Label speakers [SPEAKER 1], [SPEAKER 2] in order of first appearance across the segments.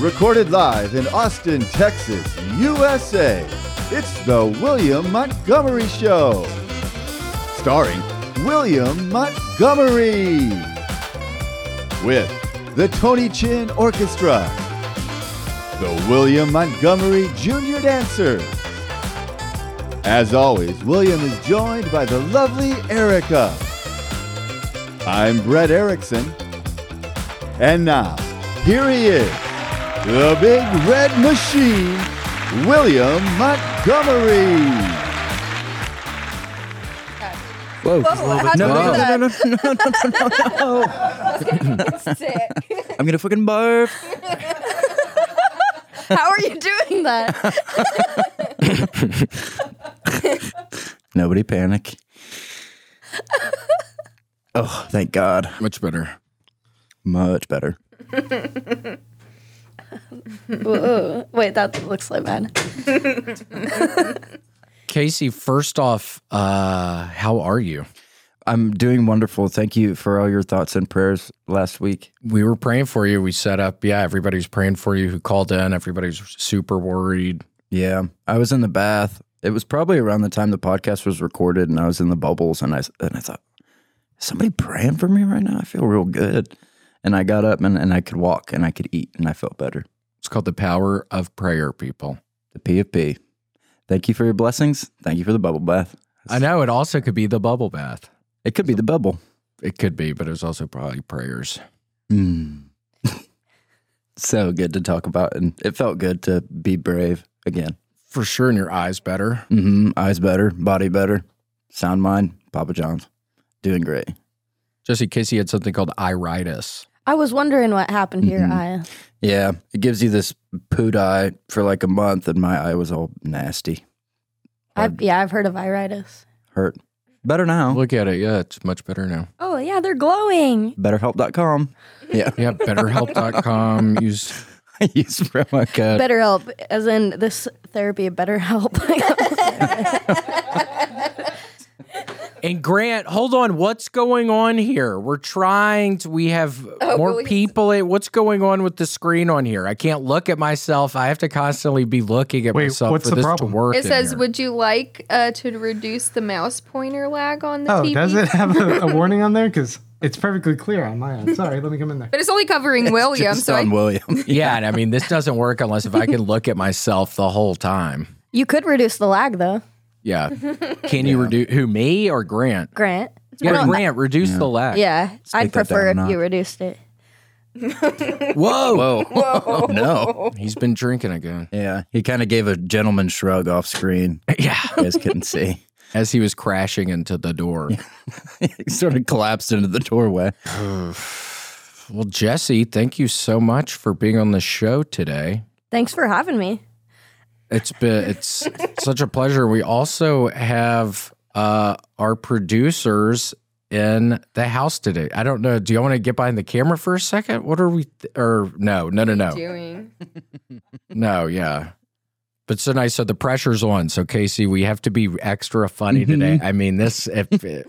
[SPEAKER 1] Recorded live in Austin, Texas, USA, it's The William Montgomery Show. Starring William Montgomery. With the Tony Chin Orchestra, the William Montgomery Jr. Dancer. As always, William is joined by the lovely Erica. I'm Brett Erickson. And now, here he is, the big red machine, William Montgomery.
[SPEAKER 2] Whoa.
[SPEAKER 3] Whoa, how'd you
[SPEAKER 2] no,
[SPEAKER 3] do
[SPEAKER 2] no,
[SPEAKER 3] that?
[SPEAKER 2] no, no, no, no, no, no, no, no.
[SPEAKER 3] Sick.
[SPEAKER 2] I'm gonna fucking barf.
[SPEAKER 3] How are you doing that?
[SPEAKER 2] Nobody panic. Oh, thank God.
[SPEAKER 4] Much better.
[SPEAKER 2] Much better.
[SPEAKER 3] Whoa. Wait, that looks so bad.
[SPEAKER 4] Casey, first off, uh, how are you?
[SPEAKER 2] I'm doing wonderful. Thank you for all your thoughts and prayers last week.
[SPEAKER 4] We were praying for you. We set up, yeah, everybody's praying for you who called in. Everybody's super worried.
[SPEAKER 2] Yeah, I was in the bath. It was probably around the time the podcast was recorded, and I was in the bubbles, and I and I thought, is somebody praying for me right now. I feel real good, and I got up and, and I could walk and I could eat, and I felt better.
[SPEAKER 4] It's called the power of prayer, people.
[SPEAKER 2] The P of P. Thank you for your blessings. Thank you for the bubble bath.
[SPEAKER 4] I know it also could be the bubble bath.
[SPEAKER 2] It could be the bubble.
[SPEAKER 4] It could be, but it was also probably prayers.
[SPEAKER 2] Mm. so good to talk about, and it felt good to be brave again.
[SPEAKER 4] For sure, and your eyes better.
[SPEAKER 2] hmm Eyes better, body better, sound mind. Papa John's doing great.
[SPEAKER 4] Jesse Casey had something called iritis.
[SPEAKER 3] I was wondering what happened to your
[SPEAKER 2] Mhm.
[SPEAKER 3] eye.
[SPEAKER 2] Yeah, it gives you this poot eye for like a month, and my eye was all nasty,
[SPEAKER 3] I've, yeah, I've heard of iritis.
[SPEAKER 2] hurt. Better now.
[SPEAKER 4] Look at it. Yeah, it's much better now.
[SPEAKER 3] Oh, yeah, they're glowing.
[SPEAKER 2] BetterHelp.com. Yeah,
[SPEAKER 4] Yeah, betterhelp.com. Use
[SPEAKER 2] use promo code.
[SPEAKER 3] Better help, as in this therapy, better help.
[SPEAKER 4] And Grant, hold on. What's going on here? We're trying to, we have
[SPEAKER 5] Oh,
[SPEAKER 4] more people. in- What's going on with the screen on here? I can't look at myself. I have to constantly be looking at
[SPEAKER 6] Wait,
[SPEAKER 4] myself
[SPEAKER 6] what's
[SPEAKER 4] for
[SPEAKER 6] the
[SPEAKER 4] this
[SPEAKER 6] problem?
[SPEAKER 4] to work.
[SPEAKER 5] It
[SPEAKER 4] in
[SPEAKER 5] says,
[SPEAKER 4] here.
[SPEAKER 5] "Would you like uh, to reduce the mouse pointer lag on the
[SPEAKER 6] Oh,
[SPEAKER 5] TV?"
[SPEAKER 6] does it have a, a warning on there? Because it's perfectly clear on my end. Sorry, let me come in there.
[SPEAKER 5] But it's only covering William,
[SPEAKER 2] Just
[SPEAKER 5] so
[SPEAKER 2] on
[SPEAKER 5] I,
[SPEAKER 2] William.
[SPEAKER 4] yeah, and I mean, this doesn't work unless if I can look at myself the whole time.
[SPEAKER 3] you could reduce the lag, though,
[SPEAKER 4] Yeah. Can you reduce who, me or Grant?
[SPEAKER 3] Grant.
[SPEAKER 4] Yeah, Grant, reduce the lag.
[SPEAKER 3] Yeah, I'd
[SPEAKER 2] that
[SPEAKER 3] prefer if
[SPEAKER 2] down a
[SPEAKER 3] you
[SPEAKER 2] notch.
[SPEAKER 3] reduced it.
[SPEAKER 4] Whoa.
[SPEAKER 2] Whoa. no.
[SPEAKER 4] Oh, He's been drinking again.
[SPEAKER 2] Yeah, he kind of gave a gentleman shrug off screen.
[SPEAKER 4] Yeah.
[SPEAKER 2] You guys couldn't see.
[SPEAKER 4] As he was crashing into the door.
[SPEAKER 2] he sort of collapsed into the doorway.
[SPEAKER 4] Well, Jesse, thank you so much for being on the show today.
[SPEAKER 3] Thanks for having me.
[SPEAKER 4] It's been it's such a pleasure. We also have uh, our producers in the house today. I don't know. Do you want to get behind the camera for a second? What are we? Th- or no, no, no, no,
[SPEAKER 5] doing.
[SPEAKER 4] no. Yeah, but so nice. So the pressure's on. So Casey, we have to be extra funny today. I mean, this if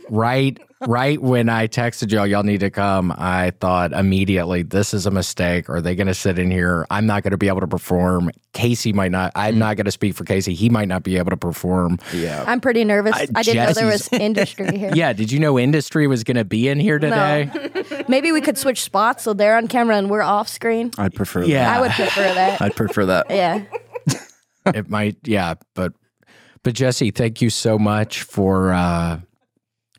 [SPEAKER 4] right right when I texted y'all, y'all need to come. I thought immediately, this is a mistake. Are they going to sit in here? I'm not going to be able to perform. Casey might not. I'm not going to speak for Casey. He might not be able to perform.
[SPEAKER 2] Yeah.
[SPEAKER 3] I'm pretty nervous. I,
[SPEAKER 4] I-
[SPEAKER 3] didn't know there was
[SPEAKER 4] Jesse's-
[SPEAKER 3] industry here.
[SPEAKER 4] Yeah. Did you know industry was going to be in here today?
[SPEAKER 3] Maybe we could switch spots so they're on camera and we're off screen.
[SPEAKER 2] I'd prefer
[SPEAKER 4] Yeah.
[SPEAKER 3] I would prefer that.
[SPEAKER 2] that. I'd prefer that.
[SPEAKER 3] yeah.
[SPEAKER 4] it might yeah but but jesse thank you so much for uh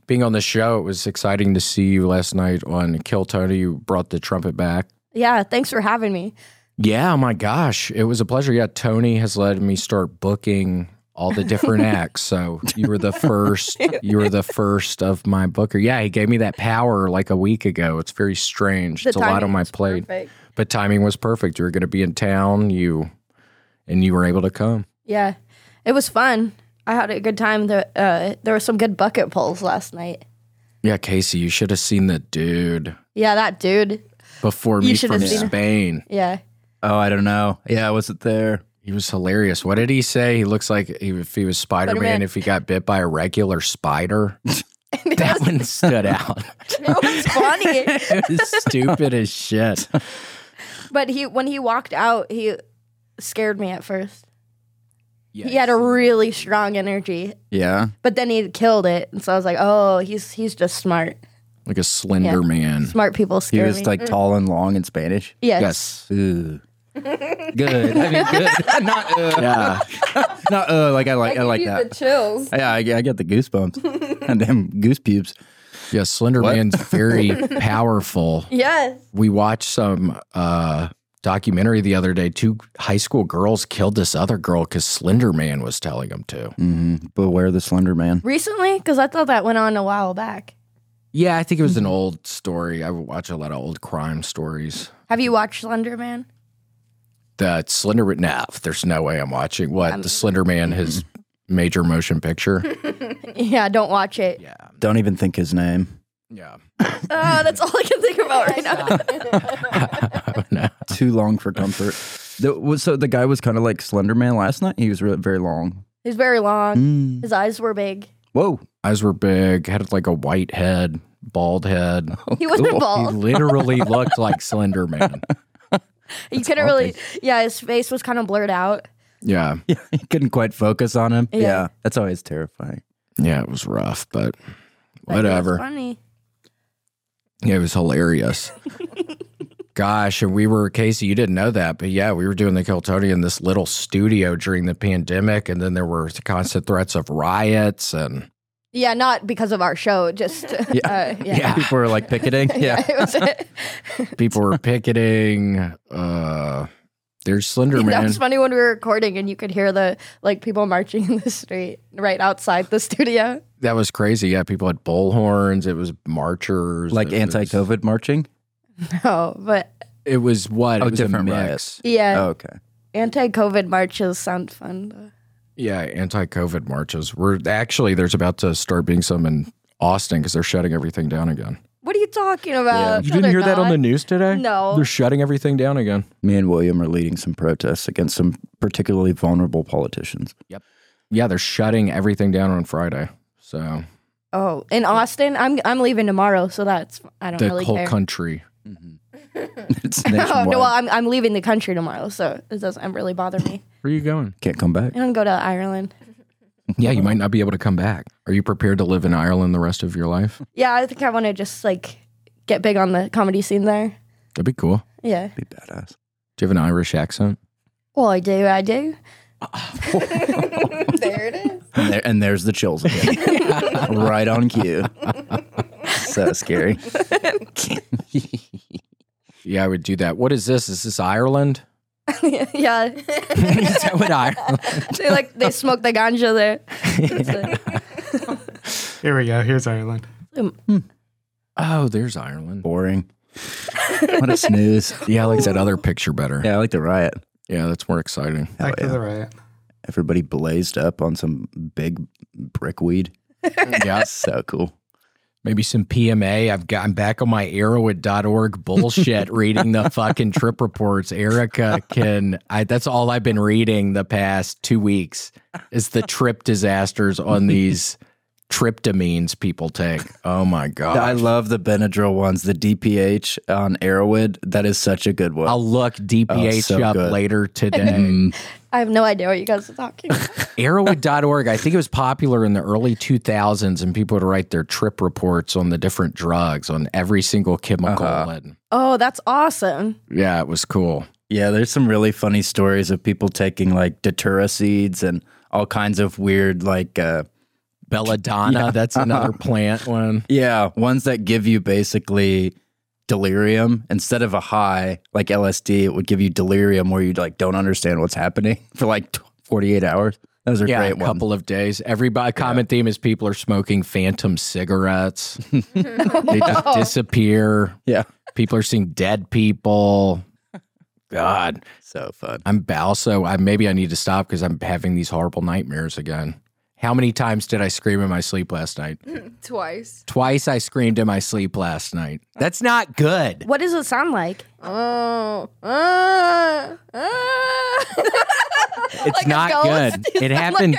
[SPEAKER 4] being on the show it was exciting to see you last night on kill tony you brought the trumpet back
[SPEAKER 3] Yeah, thanks for having me.
[SPEAKER 4] yeah oh my gosh it was a pleasure yeah tony has let me start booking all the different acts so you were the first you were the first of my booker yeah he gave me that power like a week ago it's very strange
[SPEAKER 3] The
[SPEAKER 4] it's a lot on
[SPEAKER 3] timing
[SPEAKER 4] my
[SPEAKER 3] was
[SPEAKER 4] plate
[SPEAKER 3] perfect.
[SPEAKER 4] but timing was perfect you were going to be in town you and you were able to come
[SPEAKER 3] Yeah, it was fun. I had a good time. The, uh, there were some good bucket pulls last night.
[SPEAKER 4] Yeah, Casey, you should have seen the dude
[SPEAKER 3] Yeah, that dude.
[SPEAKER 4] before
[SPEAKER 3] You
[SPEAKER 4] me
[SPEAKER 3] should
[SPEAKER 4] from
[SPEAKER 3] have seen him.
[SPEAKER 4] Spain.
[SPEAKER 3] Yeah.
[SPEAKER 2] Oh, I don't know. Yeah, I wasn't there.
[SPEAKER 4] He was hilarious. What did he say? He looks like he- if he was Spider
[SPEAKER 3] Spider-Man.
[SPEAKER 4] Man, if he got bit by a regular spider. that one stood out.
[SPEAKER 3] It was funny.
[SPEAKER 4] it was stupid as shit.
[SPEAKER 3] But he when he walked out, he scared me at first. He had a really strong energy,
[SPEAKER 2] Yeah.
[SPEAKER 3] but then he killed it, and so I was like, "Oh, he's he's just smart.
[SPEAKER 4] like a slender
[SPEAKER 3] Yeah.
[SPEAKER 4] man.
[SPEAKER 3] Smart people
[SPEAKER 2] He
[SPEAKER 3] scare
[SPEAKER 2] was
[SPEAKER 3] me."
[SPEAKER 2] like tall and long in Spanish.
[SPEAKER 3] yes.
[SPEAKER 4] Yes.
[SPEAKER 2] Ooh. good. I mean, good. Not uh.
[SPEAKER 4] Yeah.
[SPEAKER 2] Not uh. Like I like. I, like
[SPEAKER 5] give you
[SPEAKER 2] that.
[SPEAKER 5] the chills.
[SPEAKER 2] yeah, I, I get the goosebumps and them goose pubes.
[SPEAKER 4] Yeah, Slender
[SPEAKER 2] What?
[SPEAKER 4] Man's very powerful.
[SPEAKER 3] Yes.
[SPEAKER 4] We watched some uh documentary the other day. Two high school girls killed this other girl because Slender Man was telling them to.
[SPEAKER 3] Mm.
[SPEAKER 2] Beware Mm-hmm. the Slender Man.
[SPEAKER 3] Recently, because I thought that went on a while back.
[SPEAKER 4] Yeah, I think it was
[SPEAKER 3] Mm-hmm.
[SPEAKER 4] an old story. I watch a lot of old crime stories.
[SPEAKER 3] Have you watched Slender Man?
[SPEAKER 4] The Slender Man, nah, there's no way I'm watching what the Slender Man, his
[SPEAKER 3] Mm-hmm.
[SPEAKER 4] major motion picture.
[SPEAKER 3] Yeah, don't watch it.
[SPEAKER 4] yeah.
[SPEAKER 2] Don't even think his name.
[SPEAKER 4] Yeah.
[SPEAKER 3] Oh, that's all I can think about right now.
[SPEAKER 2] Too long for comfort. The, was, so the guy was kind of like Slender Man last night. He was re- very long.
[SPEAKER 3] He's very long.
[SPEAKER 4] Mm.
[SPEAKER 3] His eyes were big.
[SPEAKER 2] Whoa.
[SPEAKER 4] Eyes were big, had like a white head, bald head.
[SPEAKER 3] He wasn't
[SPEAKER 4] He
[SPEAKER 3] bald.
[SPEAKER 4] literally looked like Slender Man.
[SPEAKER 3] You couldn't really. Yeah, his face was kind of blurred out.
[SPEAKER 4] Yeah.
[SPEAKER 2] Yeah, he couldn't quite focus on him.
[SPEAKER 3] Yeah.
[SPEAKER 2] that's always terrifying.
[SPEAKER 4] Yeah, it was rough, but
[SPEAKER 3] but it was
[SPEAKER 4] whatever.
[SPEAKER 3] Funny.
[SPEAKER 4] Yeah, it was hilarious. Gosh, and we were Casey, you didn't know that, but yeah, we were doing the Kiltony in this little studio during the pandemic, and then there were constant threats of riots and
[SPEAKER 3] Yeah, not because of our show. Just uh, yeah.
[SPEAKER 4] Yeah.
[SPEAKER 2] people are like picketing. Yeah,
[SPEAKER 3] It was-
[SPEAKER 4] people were picketing. Uh there's Slender
[SPEAKER 3] that
[SPEAKER 4] Man.
[SPEAKER 3] was funny when we were recording and you could hear the like people marching in the street right outside the studio.
[SPEAKER 4] that was crazy. Yeah, people had bullhorns, it was marchers.
[SPEAKER 2] like
[SPEAKER 4] it was-
[SPEAKER 2] anti-COVID marching.
[SPEAKER 3] No, Oh, but
[SPEAKER 4] It was what?
[SPEAKER 2] Oh,
[SPEAKER 4] it was a
[SPEAKER 2] different
[SPEAKER 4] mix.
[SPEAKER 2] riots.
[SPEAKER 3] yeah,
[SPEAKER 2] Oh, okay.
[SPEAKER 3] anti-COVID marches sound fun. Though.
[SPEAKER 4] Yeah, anti-COVID marches. We're actually there's about to start being some in Austin because they're shutting everything down again.
[SPEAKER 3] What are you talking about?
[SPEAKER 4] You
[SPEAKER 3] No,
[SPEAKER 4] didn't
[SPEAKER 3] they're
[SPEAKER 4] hear that on
[SPEAKER 3] not.
[SPEAKER 4] the news today?
[SPEAKER 3] No.
[SPEAKER 4] they're shutting everything down again.
[SPEAKER 2] Me and William are leading some protests against some particularly vulnerable politicians.
[SPEAKER 4] Yeah, they're shutting everything down on Friday. So
[SPEAKER 3] Oh, in Austin, I'm I'm leaving tomorrow, so that's I don't
[SPEAKER 4] the
[SPEAKER 3] really
[SPEAKER 4] whole
[SPEAKER 3] care.
[SPEAKER 4] country.
[SPEAKER 2] It's
[SPEAKER 3] Oh,
[SPEAKER 2] nationwide.
[SPEAKER 3] no, well, I'm I'm leaving the country tomorrow, so it doesn't really bother me.
[SPEAKER 4] Where are you going?
[SPEAKER 2] Can't come back.
[SPEAKER 3] I don't go to Ireland.
[SPEAKER 4] Yeah, you might not be able to come back. Are you prepared to live in Ireland the rest of your life?
[SPEAKER 3] Yeah, I think I want to just like get big on the comedy scene there.
[SPEAKER 4] That'd be cool.
[SPEAKER 3] Yeah.
[SPEAKER 2] Be badass.
[SPEAKER 4] Do you have an Irish accent?
[SPEAKER 3] Well, I do. I do.
[SPEAKER 5] there it is.
[SPEAKER 2] And, there, and there's the chills again. right on cue. so scary.
[SPEAKER 4] Yeah, I would do that. What is this? Is this Ireland?
[SPEAKER 3] yeah.
[SPEAKER 4] is that what Ireland?
[SPEAKER 3] they like they smoke the ganja there. It's like-
[SPEAKER 6] Here we go. Here's Ireland.
[SPEAKER 4] Oh, there's Ireland.
[SPEAKER 2] Boring. What a snooze.
[SPEAKER 4] Yeah, I like that other picture better.
[SPEAKER 2] Yeah, I like the riot.
[SPEAKER 4] yeah that's more exciting.
[SPEAKER 2] Hell
[SPEAKER 6] Back to the riot.
[SPEAKER 2] Everybody blazed up on some big brickweed.
[SPEAKER 4] yeah,
[SPEAKER 2] So cool.
[SPEAKER 4] Maybe some PMA. I've got, I'm back on my arrowhead.org bullshit reading the fucking trip reports. Erica can, I, that's all I've been reading the past two weeks is the trip disasters on these tryptamines people take. Oh my God.
[SPEAKER 2] I love the Benadryl ones. The DPH on Arrowhead. That is such a good one.
[SPEAKER 4] I'll look DPH
[SPEAKER 2] Oh, so
[SPEAKER 4] up
[SPEAKER 2] good.
[SPEAKER 4] later today.
[SPEAKER 3] I have no idea what you guys are talking. about.
[SPEAKER 4] Arrowhead.org, I think it was popular in the early 2000s, and people would write their trip reports on the different drugs, on every single chemical.
[SPEAKER 2] Uh-huh.
[SPEAKER 4] And,
[SPEAKER 3] Oh, that's awesome.
[SPEAKER 4] yeah, it was cool.
[SPEAKER 2] yeah, there's some really funny stories of people taking like datura seeds and all kinds of weird like uh
[SPEAKER 4] belladonna that's another plant one
[SPEAKER 2] yeah, ones that give you basically delirium instead of a high like LSD, it would give you delirium where you like don't understand what's happening for like tw 48 hours. Those are
[SPEAKER 4] yeah
[SPEAKER 2] great
[SPEAKER 4] a
[SPEAKER 2] ones.
[SPEAKER 4] couple of days everybody common theme is people are smoking phantom cigarettes they just disappear
[SPEAKER 2] Yeah.
[SPEAKER 4] people are seeing dead people god
[SPEAKER 2] So fun.
[SPEAKER 4] i'm also i maybe i need to stop because i'm having these horrible nightmares again How many times did I scream in my sleep last night?
[SPEAKER 5] Twice.
[SPEAKER 4] Twice I screamed in my sleep last night. That's not good.
[SPEAKER 3] What does it sound like?
[SPEAKER 5] Oh. Ah, ah.
[SPEAKER 4] It's not
[SPEAKER 5] ghost.
[SPEAKER 4] good. It happened.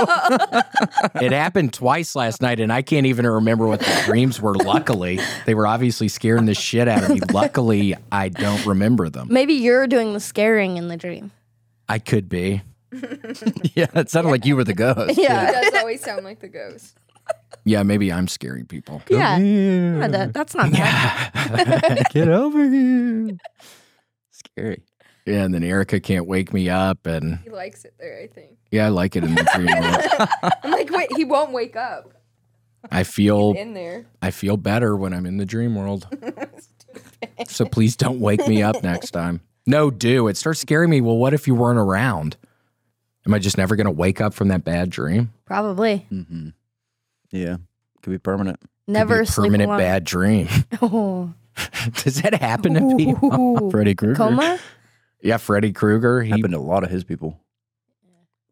[SPEAKER 4] it happened twice last night, and I can't even remember what the dreams were. Luckily, they were obviously scaring the shit out of me. Luckily, I don't remember them.
[SPEAKER 3] Maybe you're doing the scaring in the dream.
[SPEAKER 4] I could be.
[SPEAKER 2] Yeah, it sounded like you were the ghost.
[SPEAKER 5] It
[SPEAKER 3] Yeah.
[SPEAKER 5] does always sound like the ghost.
[SPEAKER 4] Yeah, maybe I'm scaring people.
[SPEAKER 3] Yeah. Yeah, that- that's not bad.
[SPEAKER 2] Get over here. Scary.
[SPEAKER 4] Yeah, and then Erica can't wake me up, and
[SPEAKER 5] He likes it there, I think.
[SPEAKER 4] yeah, I like it in the dream world.
[SPEAKER 5] I'm like, wait, he won't wake up
[SPEAKER 4] I feel
[SPEAKER 5] in there.
[SPEAKER 4] I feel better when I'm in the dream world. so please don't wake me up next time. No, do. It starts scaring me. Well, what if you weren't around? Am I just never going to wake up from that bad dream?
[SPEAKER 3] Probably.
[SPEAKER 2] Mm-hmm. Yeah, could be permanent.
[SPEAKER 4] Could be
[SPEAKER 3] Never
[SPEAKER 4] a
[SPEAKER 3] sleep
[SPEAKER 4] permanent
[SPEAKER 3] alone.
[SPEAKER 4] bad dream.
[SPEAKER 3] Oh.
[SPEAKER 4] Does that happen to people?
[SPEAKER 2] Freddy Krueger
[SPEAKER 3] Coma?
[SPEAKER 4] Yeah, Freddy Krueger. He
[SPEAKER 2] happened to a lot of his people.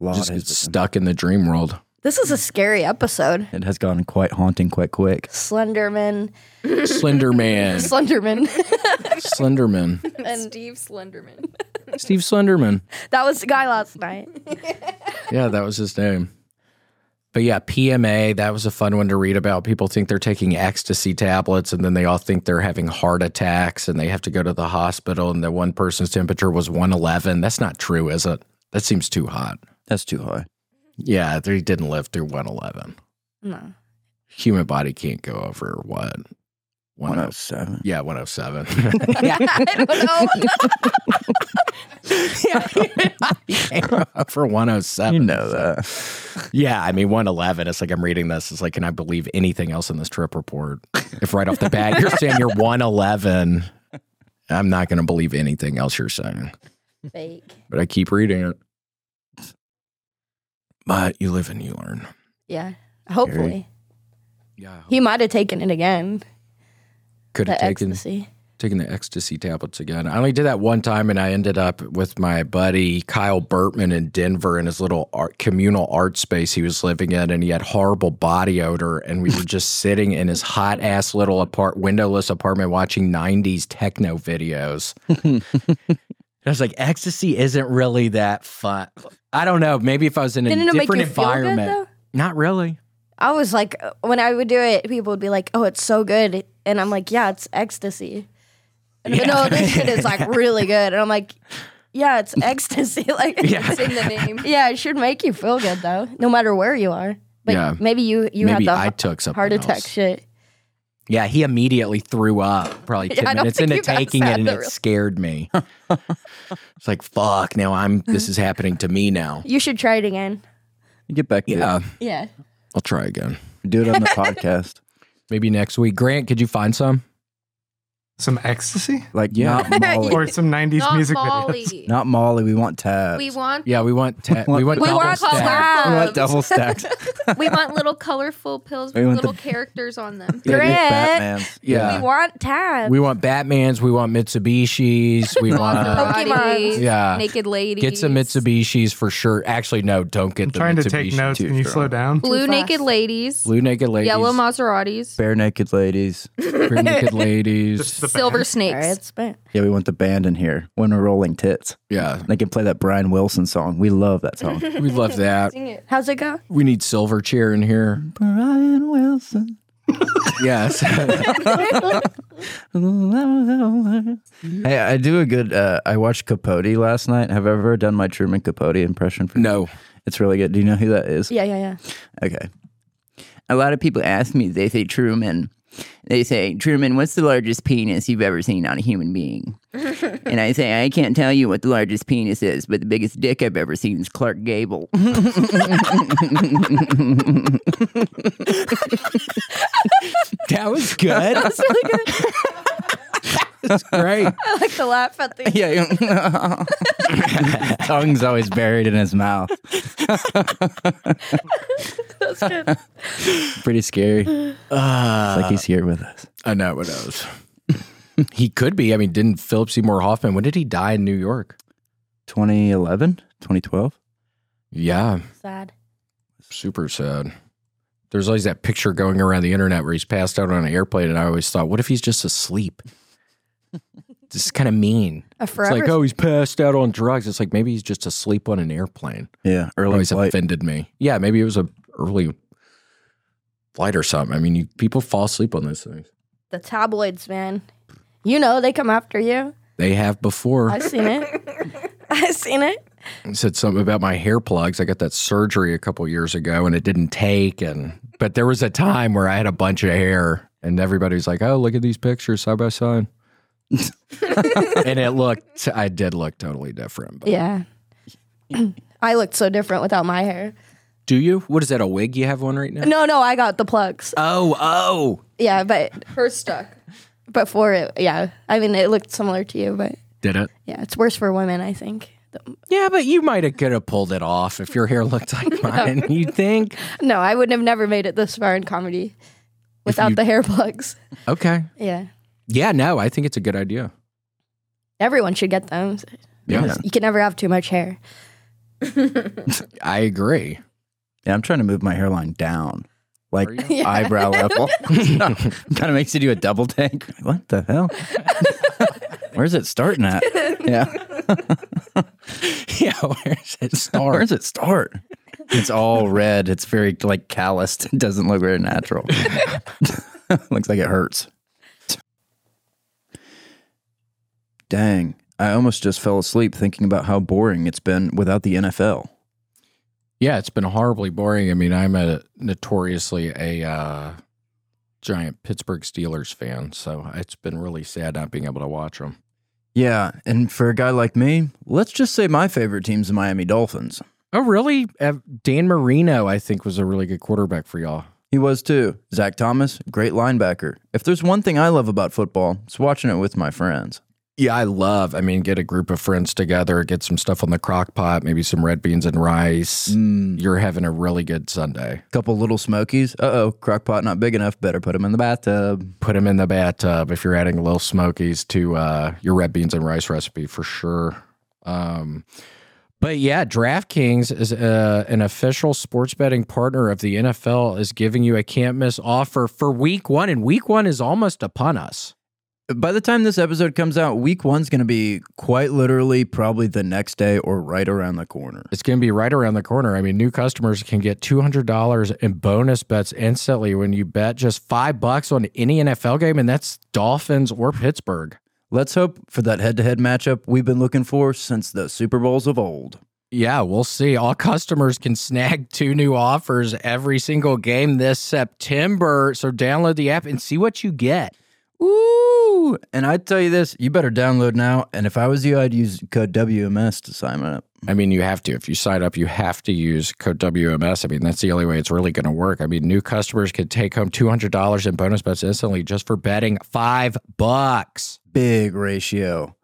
[SPEAKER 2] A lot
[SPEAKER 4] just
[SPEAKER 2] of his
[SPEAKER 4] gets
[SPEAKER 2] victims.
[SPEAKER 4] stuck in the dream world.
[SPEAKER 3] This is a scary episode.
[SPEAKER 2] It has gotten quite haunting quite quick.
[SPEAKER 3] Slenderman.
[SPEAKER 4] Slenderman.
[SPEAKER 3] Slenderman.
[SPEAKER 4] Slenderman.
[SPEAKER 3] and
[SPEAKER 5] Steve Slenderman.
[SPEAKER 4] Steve Slenderman.
[SPEAKER 3] that was the guy last night.
[SPEAKER 4] Yeah, that was his name. But yeah, PMA, that was a fun one to read about. People think they're taking ecstasy tablets and then they all think they're having heart attacks and they have to go to the hospital and the one person's temperature was 111. That's not true, is it? That seems too hot.
[SPEAKER 2] That's too high.
[SPEAKER 4] Yeah, they didn't live through 111.
[SPEAKER 3] No.
[SPEAKER 4] Human body can't go over what? 10
[SPEAKER 2] 107.
[SPEAKER 4] yeah, 107.
[SPEAKER 3] I don't know.
[SPEAKER 4] For 107.
[SPEAKER 2] You know that.
[SPEAKER 4] Yeah, I mean 111. It's like I'm reading this. It's like, can I believe anything else in this trip report? If right off the bat you're saying you're 111, I'm not going to believe anything else you're saying.
[SPEAKER 3] Fake.
[SPEAKER 4] But I keep reading it. But you live and you learn.
[SPEAKER 3] Yeah. Hopefully.
[SPEAKER 4] Yeah,
[SPEAKER 3] He might have taken it again.
[SPEAKER 4] could have
[SPEAKER 3] The
[SPEAKER 4] taken
[SPEAKER 3] ecstasy.
[SPEAKER 4] taking the ecstasy tablets again. I only did that one time, and I ended up with my buddy Kyle Burtman in Denver in his little art, communal art space he was living in, and he had horrible body odor. And we were just sitting in his hot ass little apart windowless apartment watching '90s techno videos. And I was like, ecstasy isn't really that fun. I don't know. Maybe if I was in a
[SPEAKER 3] Didn't it
[SPEAKER 4] different
[SPEAKER 3] make you feel good,
[SPEAKER 4] environment,
[SPEAKER 3] though?
[SPEAKER 4] not really.
[SPEAKER 3] I was like, uh, when I would do it, people would be like, "Oh, it's so good," and I'm like, "Yeah, it's ecstasy." And they're like, no, this shit is like really good, and I'm like, "Yeah, it's ecstasy." Like, yeah.
[SPEAKER 5] It's in the name.
[SPEAKER 3] it should make you feel good though, no matter where you are. But
[SPEAKER 4] Yeah.
[SPEAKER 3] maybe you you
[SPEAKER 4] Maybe I
[SPEAKER 3] had the
[SPEAKER 4] took something
[SPEAKER 3] heart attack
[SPEAKER 4] else.
[SPEAKER 3] shit.
[SPEAKER 4] Yeah, he immediately threw up probably 10
[SPEAKER 3] I don't
[SPEAKER 4] minutes
[SPEAKER 3] think
[SPEAKER 4] into
[SPEAKER 3] you guys
[SPEAKER 4] taking it
[SPEAKER 3] had
[SPEAKER 4] and
[SPEAKER 3] the
[SPEAKER 4] it
[SPEAKER 3] real-
[SPEAKER 4] scared me. it's like, fuck, now I'm, this is happening to me now.
[SPEAKER 3] You should try it again.
[SPEAKER 2] You get back to
[SPEAKER 4] Yeah,
[SPEAKER 3] Yeah,
[SPEAKER 4] I'll try again.
[SPEAKER 2] it. Do it on the podcast.
[SPEAKER 4] Maybe next week. Grant, could you find some?
[SPEAKER 6] Some ecstasy
[SPEAKER 2] Like,
[SPEAKER 4] Yeah.
[SPEAKER 2] not Molly.
[SPEAKER 6] or some '90s
[SPEAKER 5] Not
[SPEAKER 6] music
[SPEAKER 5] Molly.
[SPEAKER 6] videos.
[SPEAKER 2] not Molly. We want tabs.
[SPEAKER 5] We want
[SPEAKER 4] Yeah, we want, ta- we want
[SPEAKER 3] We
[SPEAKER 4] double
[SPEAKER 3] want
[SPEAKER 4] stack.
[SPEAKER 3] collab.
[SPEAKER 2] We want
[SPEAKER 5] clubs.
[SPEAKER 2] double stacks.
[SPEAKER 5] we want little colorful pills
[SPEAKER 2] We
[SPEAKER 5] with
[SPEAKER 2] want the-
[SPEAKER 5] little characters on them.
[SPEAKER 2] Yeah,
[SPEAKER 3] Grant.
[SPEAKER 2] Batman's.
[SPEAKER 4] Yeah.
[SPEAKER 3] we want tabs.
[SPEAKER 4] We want Batmans. We want Mitsubishis. We want, uh,
[SPEAKER 5] Bodies,
[SPEAKER 4] Yeah.
[SPEAKER 5] Naked ladies.
[SPEAKER 4] get some Mitsubishis for sure. Actually, no, don't get
[SPEAKER 6] I'm
[SPEAKER 4] the
[SPEAKER 6] trying to take
[SPEAKER 4] Mitsubishi
[SPEAKER 6] notes.
[SPEAKER 4] too
[SPEAKER 6] Can you
[SPEAKER 4] strong.
[SPEAKER 6] slow down?
[SPEAKER 5] Blue
[SPEAKER 3] Too fast.
[SPEAKER 5] naked ladies.
[SPEAKER 4] Blue Naked Ladies.
[SPEAKER 5] Yellow Maseratis.
[SPEAKER 2] Bare naked ladies.
[SPEAKER 4] Green Naked Ladies.
[SPEAKER 6] Just the
[SPEAKER 5] Silver
[SPEAKER 6] band.
[SPEAKER 3] All right,
[SPEAKER 5] snakes.
[SPEAKER 3] it's been-
[SPEAKER 2] Yeah, we want the band in here when we're rolling tits.
[SPEAKER 4] Yeah,
[SPEAKER 2] They can play that Brian Wilson song. We love that song.
[SPEAKER 4] we love that.
[SPEAKER 3] How's it go?
[SPEAKER 4] We need Silver Chair in here.
[SPEAKER 2] Brian Wilson.
[SPEAKER 4] Yes.
[SPEAKER 2] Hey, I do a good. Uh, I watched Capote last night. Have I ever done my Truman Capote impression? For you?
[SPEAKER 4] no.
[SPEAKER 2] it's really good. Do you know who that is?
[SPEAKER 3] Yeah, yeah, yeah.
[SPEAKER 2] Okay. A lot of people ask me. They say Truman. They say Truman, what's the largest penis you've ever seen on a human being? and I say I can't tell you what the largest penis is, but the biggest dick I've ever seen is Clark Gable.
[SPEAKER 4] That was good. that was great.
[SPEAKER 3] I like to laugh at the.
[SPEAKER 2] Yeah. tongue's always buried in his mouth.
[SPEAKER 3] That's good.
[SPEAKER 2] Pretty scary. it's like he's here with us.
[SPEAKER 4] I know it knows. he could be. I mean, didn't Philip Seymour Hoffman, when did he die in New York?
[SPEAKER 2] 2011, 2012.
[SPEAKER 4] Yeah.
[SPEAKER 3] Sad.
[SPEAKER 4] Super sad. There's always that picture going around the internet where he's passed out on an airplane, and I always thought, what if he's just asleep? this is kind of mean.
[SPEAKER 3] A
[SPEAKER 4] It's
[SPEAKER 3] forever.
[SPEAKER 4] like, oh, he's passed out on drugs. It's like maybe he's just asleep on an airplane.
[SPEAKER 2] Yeah,
[SPEAKER 4] It
[SPEAKER 2] early
[SPEAKER 4] always
[SPEAKER 2] flight.
[SPEAKER 4] offended me. Yeah, maybe it was a early flight or something. I mean, you, people fall asleep on those things.
[SPEAKER 3] the tabloids, man. You know they come after you.
[SPEAKER 4] They have before.
[SPEAKER 3] I've seen it. I've seen it.
[SPEAKER 4] said something about my hair plugs. I got that surgery a couple years ago and it didn't take and but there was a time where I had a bunch of hair and everybody was like, "Oh, look at these pictures side by side." and it looked I did look totally different. But
[SPEAKER 3] Yeah. I looked so different without my hair.
[SPEAKER 4] do you? What is that a wig you have on right now?
[SPEAKER 3] No, no, I got the plugs.
[SPEAKER 4] Oh, oh.
[SPEAKER 3] Yeah, but
[SPEAKER 5] Her stuck.
[SPEAKER 3] before it, yeah. I mean, it looked similar to you, but
[SPEAKER 4] Did it?
[SPEAKER 3] yeah, it's worse for women, I think.
[SPEAKER 4] Yeah, but you might have could have pulled it off if your hair looked like mine. You think?
[SPEAKER 3] No, I would have never made it this far in comedy without
[SPEAKER 4] you-
[SPEAKER 3] the hair plugs.
[SPEAKER 4] Okay.
[SPEAKER 3] Yeah.
[SPEAKER 4] Yeah, no, I think it's a good idea.
[SPEAKER 3] Everyone should get them.
[SPEAKER 4] Yeah.
[SPEAKER 3] You can never have too much hair.
[SPEAKER 4] I agree.
[SPEAKER 2] Yeah, I'm trying to move my hairline down, like
[SPEAKER 4] Are you?
[SPEAKER 2] eyebrow level. kind of makes you do a double take. Like, What the hell? Where's it starting at? Yeah,
[SPEAKER 4] yeah, where's it start?
[SPEAKER 2] where's it start? It's all red. It's very like calloused. It doesn't look very natural. Looks like it hurts. Dang, I almost just fell asleep thinking about how boring it's been without the NFL.
[SPEAKER 4] Yeah, it's been horribly boring. I mean, I'm a notoriously a uh, giant Pittsburgh Steelers fan, so it's been really sad not being able to watch them.
[SPEAKER 2] Yeah, and for a guy like me, let's just say my favorite team's the Miami Dolphins.
[SPEAKER 4] Oh, really? Uh, Dan Marino, I think, was a really good quarterback for y'all.
[SPEAKER 2] He was too. Zach Thomas, great linebacker. If there's one thing I love about football, it's watching it with my friends.
[SPEAKER 4] Yeah, I love. I mean, get a group of friends together, get some stuff on the crock pot, maybe some red beans and rice.
[SPEAKER 2] Mm,
[SPEAKER 4] You're having a really good Sunday.
[SPEAKER 2] couple little smokies. Uh oh, crock pot not big enough. Better put him in the bathtub.
[SPEAKER 4] Put them in the bathtub if you're adding little smokies to uh, your red beans and rice recipe for sure. Um, but yeah, DraftKings is uh, an official sports betting partner of the NFL, is giving you a can't miss offer for week one, and week one is almost upon us.
[SPEAKER 2] By the time this episode comes out, week one's going to be quite literally probably the next day or right around the corner.
[SPEAKER 4] It's going to be right around the corner. I mean, new customers can get $200 in bonus bets instantly when you bet just five bucks on any NFL game, and that's Dolphins or Pittsburgh.
[SPEAKER 2] Let's hope for that head to head matchup we've been looking for since the Super Bowls of old.
[SPEAKER 4] Yeah, we'll see. All customers can snag two new offers every single game this September. So download the app and see what you get.
[SPEAKER 2] Ooh. And I tell you this, you better download now. And if I was you, I'd use code WMS to sign up.
[SPEAKER 4] I mean, you have to. If you sign up, you have to use code WMS. I mean, that's the only way it's really going to work. I mean, new customers can take home $200 in bonus bets instantly just for betting five bucks.
[SPEAKER 2] Big ratio.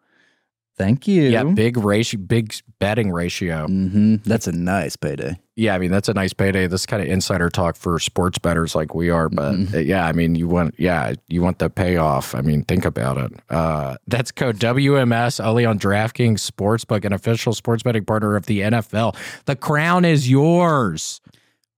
[SPEAKER 2] Thank you.
[SPEAKER 4] Yeah, big ratio, big betting ratio.
[SPEAKER 2] Mm-hmm. That's a nice payday.
[SPEAKER 4] yeah, I mean that's a nice payday. This kind of insider talk for sports betters like we are, but uh, yeah, I mean you want yeah you want the payoff. I mean think about it. Uh, that's code WMS only on DraftKings Sportsbook, an official sports betting partner of the NFL. The crown is yours.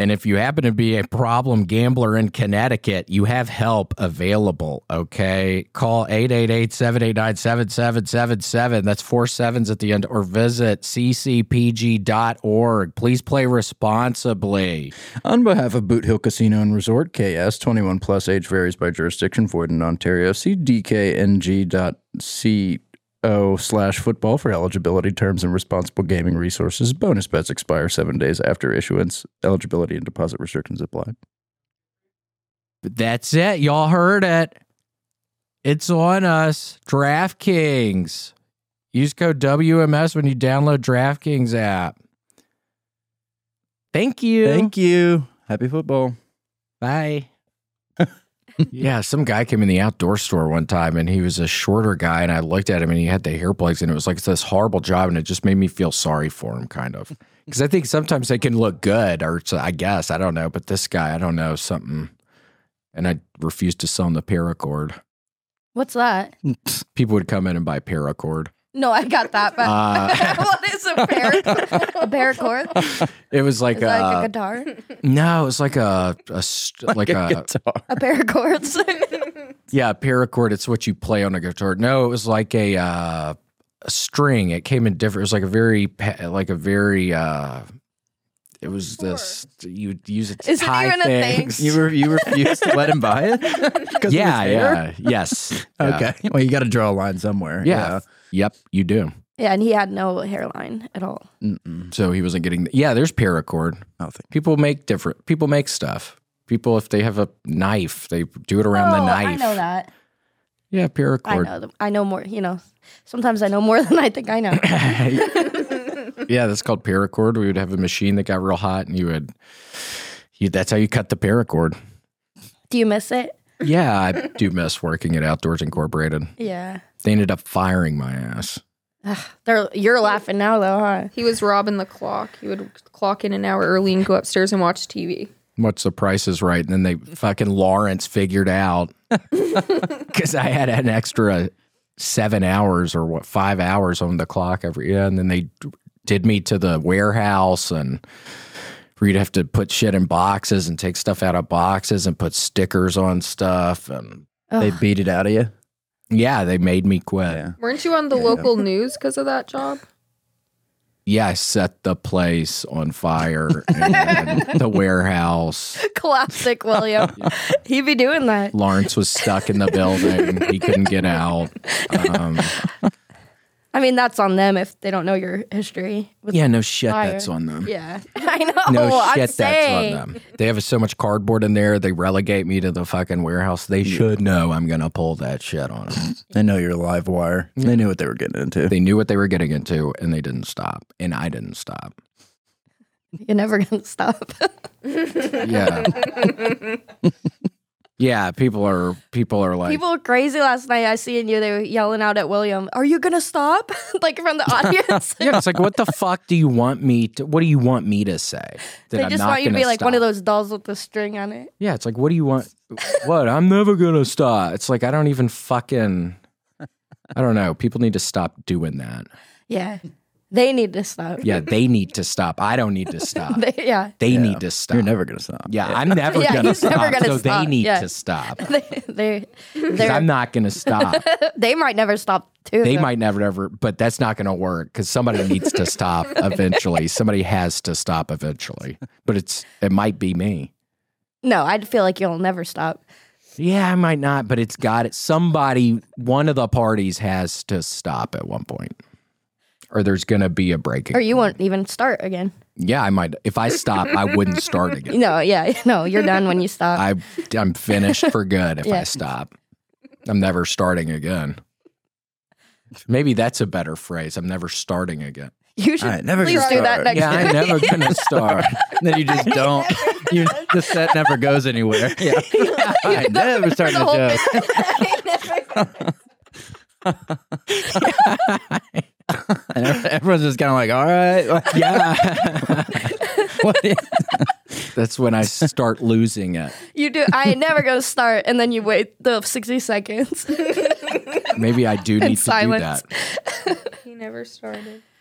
[SPEAKER 4] And if you happen to be a problem gambler in Connecticut, you have help available. Okay. Call 888 789 7777. That's four sevens at the end, or visit ccpg.org. Please play responsibly.
[SPEAKER 2] On behalf of Boot Hill Casino and Resort, KS 21 plus age varies by jurisdiction, void in Ontario. See dkng.co slash football for eligibility terms and responsible gaming resources. Bonus bets expire seven days after issuance. Eligibility and deposit restrictions apply.
[SPEAKER 4] But that's it. Y'all heard it. It's on us. DraftKings. Use code WMS when you download DraftKings app. Thank you.
[SPEAKER 2] Thank you. Happy football.
[SPEAKER 4] Bye. yeah, some guy came in the outdoor store one time and he was a shorter guy. And I looked at him and he had the hair plugs and it was like this horrible job. And it just made me feel sorry for him, kind of. Because I think sometimes they can look good, or so I guess I don't know, but this guy, I don't know something, and I refused to sell him the paracord.
[SPEAKER 3] What's that?
[SPEAKER 4] People would come in and buy paracord.
[SPEAKER 3] No, I got that. But
[SPEAKER 4] Uh.
[SPEAKER 3] what is a paracord? a paracord? Is
[SPEAKER 4] It was like,
[SPEAKER 3] that
[SPEAKER 4] a,
[SPEAKER 3] like a guitar?
[SPEAKER 4] no, it was like a, a st- like, a,
[SPEAKER 2] guitar.
[SPEAKER 3] A paracord?
[SPEAKER 4] yeah paracord. It's what you play on a guitar. No, it was like a, uh, a string. It came in different. It was like a very pa- like a very. uh It was this. You would use it. To
[SPEAKER 3] Is it
[SPEAKER 4] tie
[SPEAKER 3] even a thing?
[SPEAKER 4] things.
[SPEAKER 2] You were you refused to let him buy it? 'Cause of
[SPEAKER 4] yeah,
[SPEAKER 2] his hair?
[SPEAKER 4] yeah, yes. yeah.
[SPEAKER 2] Okay. Well, you got to draw a line somewhere.
[SPEAKER 4] Yeah. Yep, you do.
[SPEAKER 3] yeah, and he had no hairline at all.
[SPEAKER 2] Yeah. Mm-mm.
[SPEAKER 4] So he wasn't getting. yeah, there's paracord.
[SPEAKER 2] I don't think.
[SPEAKER 4] People make different. People make stuff. People, if they have a knife, they do it around the
[SPEAKER 3] Oh,
[SPEAKER 4] knife.
[SPEAKER 3] I know that.
[SPEAKER 4] Yeah,
[SPEAKER 3] I
[SPEAKER 4] paracord.
[SPEAKER 3] know. Them. I know more. You know, sometimes I know more than I think I know.
[SPEAKER 4] yeah, that's called paracord. We would have a machine that got real hot, and you would. You, that's how you cut the paracord.
[SPEAKER 3] Do you miss it?
[SPEAKER 4] Yeah, I do miss working at Outdoors Incorporated.
[SPEAKER 3] Yeah.
[SPEAKER 4] They ended up firing my ass.
[SPEAKER 3] They're, you're laughing now though, huh?
[SPEAKER 5] He was robbing the clock. He would clock in an hour early and go upstairs and watch TV.
[SPEAKER 4] What's the price is right? And then they fucking Lawrence figured out because I had an extra seven hours or what five hours on the clock every yeah, and then they did me to the warehouse and where you'd have to put shit in boxes and take stuff out of boxes and put stickers on stuff and
[SPEAKER 2] They
[SPEAKER 3] Ugh.
[SPEAKER 2] beat it out of you.
[SPEAKER 4] yeah, they made me quit.
[SPEAKER 2] Yeah.
[SPEAKER 5] Weren't you on the local news because of that job?
[SPEAKER 4] Yeah, I set the place on fire and the warehouse.
[SPEAKER 3] Classic William. He'd be doing that.
[SPEAKER 4] Lawrence was stuck in the building. He couldn't get out. Um,
[SPEAKER 3] I mean, that's on them if they don't know your history. With-
[SPEAKER 4] yeah, no shit,
[SPEAKER 3] Fire.
[SPEAKER 4] that's on them.
[SPEAKER 3] Yeah. Oh, I know.
[SPEAKER 4] No
[SPEAKER 3] I'm
[SPEAKER 4] shit, that's on
[SPEAKER 3] saying.
[SPEAKER 4] them. They have so much cardboard in there. They relegate me to the fucking warehouse. They should know I'm gonna pull that shit on them.
[SPEAKER 2] They know you're a live wire. They knew what they were getting into.
[SPEAKER 4] they knew what they were getting into, and they didn't stop, and I didn't stop.
[SPEAKER 3] You're never gonna stop.
[SPEAKER 4] Yeah. yeah, people are people are like
[SPEAKER 3] People were crazy last night. I seen you. They were yelling out at William, "Are you gonna stop?" like from the audience.
[SPEAKER 4] Yeah, it's like, what the fuck do you want me to? What do you want me to say? That
[SPEAKER 3] They
[SPEAKER 4] I'm
[SPEAKER 3] just
[SPEAKER 4] not
[SPEAKER 3] want you to
[SPEAKER 4] gonna
[SPEAKER 3] be like one of
[SPEAKER 4] stop?
[SPEAKER 3] those dolls with the string on it.
[SPEAKER 4] Yeah, it's like, what do you want? what? I'm never gonna stop. It's like I don't even fucking. I don't know. People need to stop doing that.
[SPEAKER 3] Yeah, they need to stop.
[SPEAKER 4] Yeah, they need to stop. I don't need to stop.
[SPEAKER 3] They- yeah.
[SPEAKER 4] They
[SPEAKER 2] Yeah.
[SPEAKER 4] need to stop.
[SPEAKER 2] You're never gonna stop.
[SPEAKER 4] yeah, I'm never
[SPEAKER 3] Yeah,
[SPEAKER 4] gonna
[SPEAKER 3] he's never
[SPEAKER 4] stop.
[SPEAKER 3] gonna
[SPEAKER 4] so
[SPEAKER 3] stop.
[SPEAKER 4] they need
[SPEAKER 3] Yeah.
[SPEAKER 4] to stop.
[SPEAKER 3] they they
[SPEAKER 4] 'Cause I'm
[SPEAKER 3] they're-
[SPEAKER 4] not gonna stop.
[SPEAKER 3] they might never stop too.
[SPEAKER 4] They
[SPEAKER 3] though.
[SPEAKER 4] might never ever, but that's not gonna work because somebody needs to stop eventually. Somebody has to stop eventually. But it's it might be me.
[SPEAKER 3] No, I'd feel like you'll never stop.
[SPEAKER 4] Yeah, I might not, but it's got it. Somebody, one of the parties has to stop at one point, or there's going to be a breaking.
[SPEAKER 3] Or you won't even start again.
[SPEAKER 4] yeah, I might. If I stop, I wouldn't start again.
[SPEAKER 3] No, yeah, no, you're done when you stop.
[SPEAKER 4] I, I'm finished for good if
[SPEAKER 3] Yeah.
[SPEAKER 4] I stop. I'm never starting again. Maybe that's a better phrase. I'm never starting again.
[SPEAKER 3] you should
[SPEAKER 2] All right, never
[SPEAKER 3] please
[SPEAKER 2] gonna
[SPEAKER 3] do that
[SPEAKER 2] start.
[SPEAKER 3] next
[SPEAKER 4] Yeah,
[SPEAKER 3] time.
[SPEAKER 4] I'm never going to start.
[SPEAKER 2] then you just don't. You, the set never goes anywhere. Yeah. I never start
[SPEAKER 3] the
[SPEAKER 2] the
[SPEAKER 3] whole
[SPEAKER 2] show. And ev- everyone's just kind of like, all right. like,
[SPEAKER 4] Yeah.
[SPEAKER 2] what is-
[SPEAKER 4] that's when I start losing it.
[SPEAKER 3] You do. I ain't never gonna start, and then you wait the sixty seconds.
[SPEAKER 4] Maybe I do need to do
[SPEAKER 3] silence.
[SPEAKER 4] that.
[SPEAKER 5] He never started.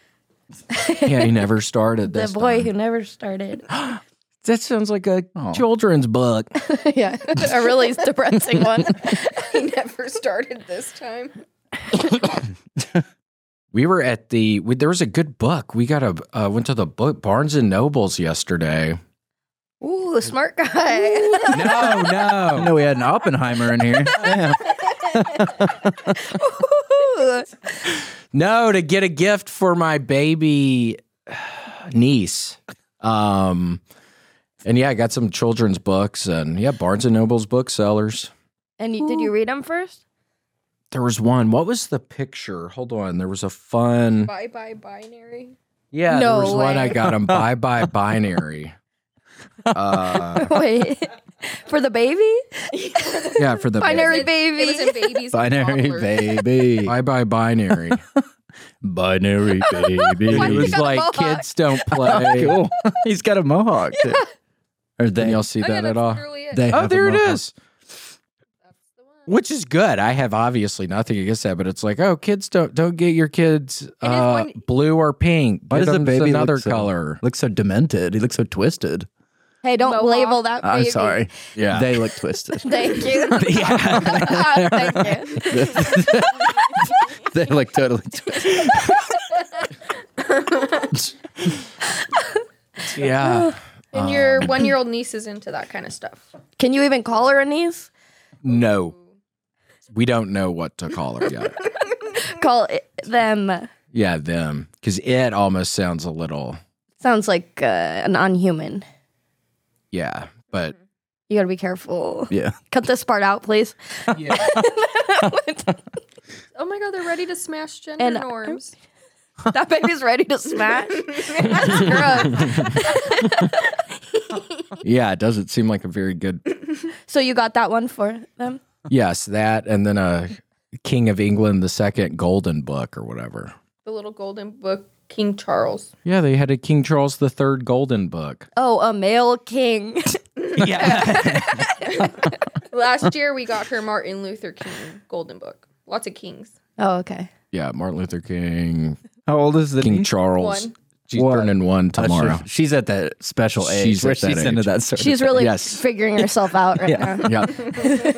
[SPEAKER 4] Yeah, he never started
[SPEAKER 3] the
[SPEAKER 4] this.
[SPEAKER 3] boy
[SPEAKER 4] time.
[SPEAKER 3] who never started.
[SPEAKER 4] That sounds like a
[SPEAKER 2] Oh.
[SPEAKER 4] children's book.
[SPEAKER 3] yeah, a really depressing one.
[SPEAKER 5] He never started this time.
[SPEAKER 4] We were at the we, there was a good book. We got a uh, went to the book Barnes and Nobles yesterday.
[SPEAKER 3] Ooh, smart guy.
[SPEAKER 4] No,
[SPEAKER 2] I
[SPEAKER 4] no.
[SPEAKER 2] know we had an Oppenheimer in here. Yeah.
[SPEAKER 3] Ooh.
[SPEAKER 4] No, to get a gift for my baby niece. Um and yeah, I got some children's books and yeah, Barnes and Noble's booksellers.
[SPEAKER 3] And you, did you read them first?
[SPEAKER 4] There was one. What was the picture? Hold on. There was a fun.
[SPEAKER 5] Bye bye binary.
[SPEAKER 4] Yeah,
[SPEAKER 3] No
[SPEAKER 4] there was one I
[SPEAKER 3] way.
[SPEAKER 4] got on Bye Bye Binary. Uh,
[SPEAKER 3] Wait, for the baby,
[SPEAKER 4] yeah, for the
[SPEAKER 3] binary
[SPEAKER 5] It
[SPEAKER 3] baby.
[SPEAKER 5] was in babies. and
[SPEAKER 2] Binary
[SPEAKER 5] toddlers.
[SPEAKER 2] baby.
[SPEAKER 4] Bye bye binary.
[SPEAKER 2] binary baby.
[SPEAKER 5] Why
[SPEAKER 4] It
[SPEAKER 5] you
[SPEAKER 4] was
[SPEAKER 5] got a
[SPEAKER 4] like
[SPEAKER 5] mohawk?
[SPEAKER 4] kids don't play.
[SPEAKER 2] cool. He's got a mohawk. Too. Or
[SPEAKER 4] Then
[SPEAKER 2] they,
[SPEAKER 4] y'all see
[SPEAKER 5] Oh, yeah,
[SPEAKER 4] that at
[SPEAKER 5] that's
[SPEAKER 4] all?
[SPEAKER 5] literally it.
[SPEAKER 2] they have
[SPEAKER 4] Oh,
[SPEAKER 2] a
[SPEAKER 4] there it
[SPEAKER 2] mohawk.
[SPEAKER 4] is. Which is good. I have obviously nothing against that, but it's like, oh, kids don't don't get your kids
[SPEAKER 5] And it's
[SPEAKER 4] uh,
[SPEAKER 5] one-
[SPEAKER 4] blue or pink.
[SPEAKER 2] Why
[SPEAKER 4] Get
[SPEAKER 2] does the
[SPEAKER 4] them
[SPEAKER 2] baby
[SPEAKER 4] another
[SPEAKER 2] look so-
[SPEAKER 4] color?
[SPEAKER 2] Looks so demented. He looks so twisted.
[SPEAKER 3] Hey, don't
[SPEAKER 5] Mohawk. Uh,
[SPEAKER 3] label that baby.
[SPEAKER 2] I'm sorry.
[SPEAKER 4] Yeah.
[SPEAKER 2] They look twisted.
[SPEAKER 3] Thank you. Thank you.
[SPEAKER 2] they look totally twisted.
[SPEAKER 4] yeah.
[SPEAKER 5] And your one year old niece is into that kind of stuff.
[SPEAKER 3] Can you even call her a niece?
[SPEAKER 4] No. We don't know what to call her yet.
[SPEAKER 3] Call it, them.
[SPEAKER 4] yeah, them. Because it almost sounds a little
[SPEAKER 3] Sounds like uh, an unhuman.
[SPEAKER 4] yeah. But
[SPEAKER 3] You gotta be careful.
[SPEAKER 2] Yeah.
[SPEAKER 3] Cut this part out, please.
[SPEAKER 5] Oh my god, they're ready to smash gender
[SPEAKER 3] And-
[SPEAKER 5] norms.
[SPEAKER 3] That baby's ready to smash. That's gross.
[SPEAKER 4] yeah, it doesn't seem like a very good
[SPEAKER 3] So you got that one for them?
[SPEAKER 4] Yes, that and then a King of England the second golden book or whatever.
[SPEAKER 5] The little golden book, King Charles.
[SPEAKER 4] Yeah, they had a King Charles the Third golden book.
[SPEAKER 3] Oh, a male king.
[SPEAKER 5] Last year we got her Martin Luther King golden book. Lots of kings.
[SPEAKER 3] oh, okay.
[SPEAKER 4] Yeah, Martin Luther King,
[SPEAKER 2] How old is the
[SPEAKER 4] King Charles.
[SPEAKER 5] One.
[SPEAKER 4] She's
[SPEAKER 2] One.
[SPEAKER 4] turning one tomorrow.
[SPEAKER 2] she's at that special age
[SPEAKER 4] She's
[SPEAKER 2] where
[SPEAKER 4] at that
[SPEAKER 2] she's into
[SPEAKER 4] age.
[SPEAKER 2] that sort
[SPEAKER 3] She's
[SPEAKER 2] of
[SPEAKER 3] really
[SPEAKER 4] Yes.
[SPEAKER 3] figuring herself out right now.
[SPEAKER 4] yeah.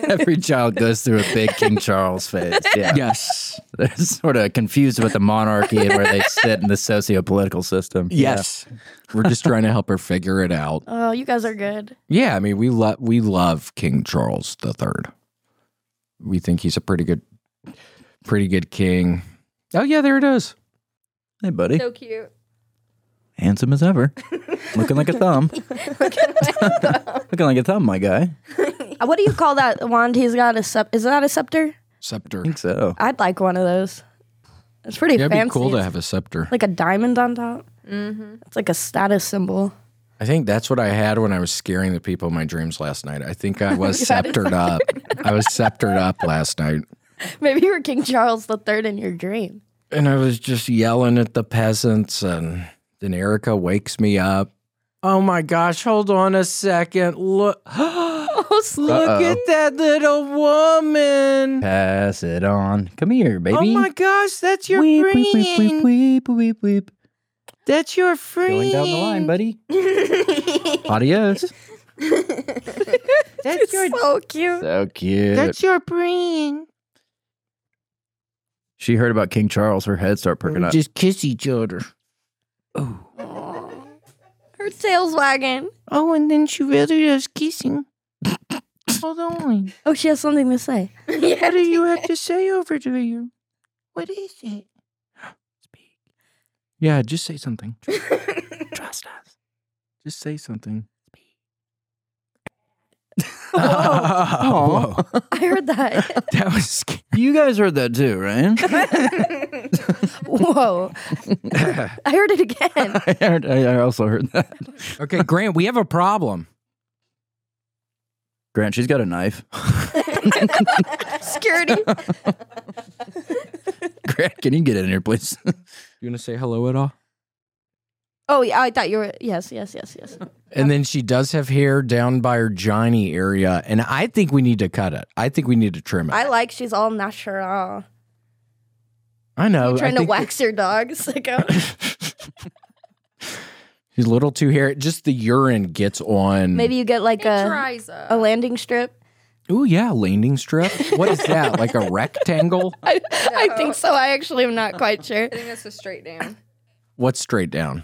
[SPEAKER 2] Every child goes through a big King Charles phase. Yeah.
[SPEAKER 4] Yes.
[SPEAKER 2] They're sort of confused with the monarchy and where they sit in the socio-political system.
[SPEAKER 4] Yes. We're just trying to help her figure it out.
[SPEAKER 3] Oh, you guys are good.
[SPEAKER 4] Yeah, I mean we love we love King Charles the Third. We think he's a pretty good pretty good king. Oh yeah, there it is.
[SPEAKER 2] Hey, buddy.
[SPEAKER 5] So cute.
[SPEAKER 2] Handsome as ever. Looking like a thumb. Looking like a thumb, my guy. I
[SPEAKER 3] Uh, What do you call that wand he's got? A sep- is that a scepter?
[SPEAKER 4] Scepter.
[SPEAKER 2] think so.
[SPEAKER 3] I'd like one of those. It's pretty
[SPEAKER 4] Yeah, it'd
[SPEAKER 3] fancy.
[SPEAKER 4] be cool to
[SPEAKER 3] It's
[SPEAKER 4] have a scepter.
[SPEAKER 3] Like a diamond on top. It's like a status symbol.
[SPEAKER 4] I think that's what I had when I was scaring the people in my dreams last night. I think I was sceptered up. I was sceptered up last night.
[SPEAKER 3] Maybe you were King Charles the Third in your dream.
[SPEAKER 4] And I was just yelling at the peasants and then Erica wakes me up. Oh my gosh, hold on a second. Look
[SPEAKER 3] Oh, sl-
[SPEAKER 4] Look at that little woman.
[SPEAKER 2] Pass it on. Come here, baby.
[SPEAKER 4] Oh my gosh, that's your
[SPEAKER 2] weep,
[SPEAKER 4] friend.
[SPEAKER 2] weep, weep, weep, weep, weep, weep.
[SPEAKER 4] That's your friend.
[SPEAKER 2] Going down the line, buddy. Adios.
[SPEAKER 4] That's your
[SPEAKER 3] so cute.
[SPEAKER 2] So cute.
[SPEAKER 4] that's your friend.
[SPEAKER 2] she heard about King Charles. Her head started perking up.
[SPEAKER 4] Just kiss each other.
[SPEAKER 3] Her tail's wagging.
[SPEAKER 4] Oh, and then she really does kissing. Hold on.
[SPEAKER 3] Oh, she has something to say.
[SPEAKER 5] yeah.
[SPEAKER 4] What do you have to say over to you? What is it? Speak. Yeah, just say something. Trust us. Just say something. Oh,
[SPEAKER 2] Whoa.
[SPEAKER 3] I heard that.
[SPEAKER 4] That was scary.
[SPEAKER 2] You guys heard that too, right?
[SPEAKER 3] Whoa. I heard it again.
[SPEAKER 2] I, heard, I also heard that.
[SPEAKER 4] Okay, Grant, we have a problem.
[SPEAKER 2] Grant, she's got a knife.
[SPEAKER 3] Security.
[SPEAKER 2] Grant, can you get in here, please?
[SPEAKER 4] You want to say hello at all?
[SPEAKER 3] Oh, yeah. I thought you were. Yes, yes, yes, yes.
[SPEAKER 4] And then she does have hair down by her Johnny area, and I think we need to cut it. I think we need to trim it.
[SPEAKER 3] I like she's all natural.
[SPEAKER 4] I know. I
[SPEAKER 3] Trying to
[SPEAKER 4] think
[SPEAKER 3] wax your dog, sicko.
[SPEAKER 4] She's a little too hair. Just the urine gets on.
[SPEAKER 3] Maybe you get like
[SPEAKER 5] It
[SPEAKER 3] a,
[SPEAKER 5] tries
[SPEAKER 3] a
[SPEAKER 4] Oh,
[SPEAKER 5] uh,
[SPEAKER 3] landing strip.
[SPEAKER 4] Ooh, yeah, landing strip. What is that? like a rectangle?
[SPEAKER 3] I, I think so. I actually am not quite sure.
[SPEAKER 5] I think that's a straight down
[SPEAKER 4] What's straight down?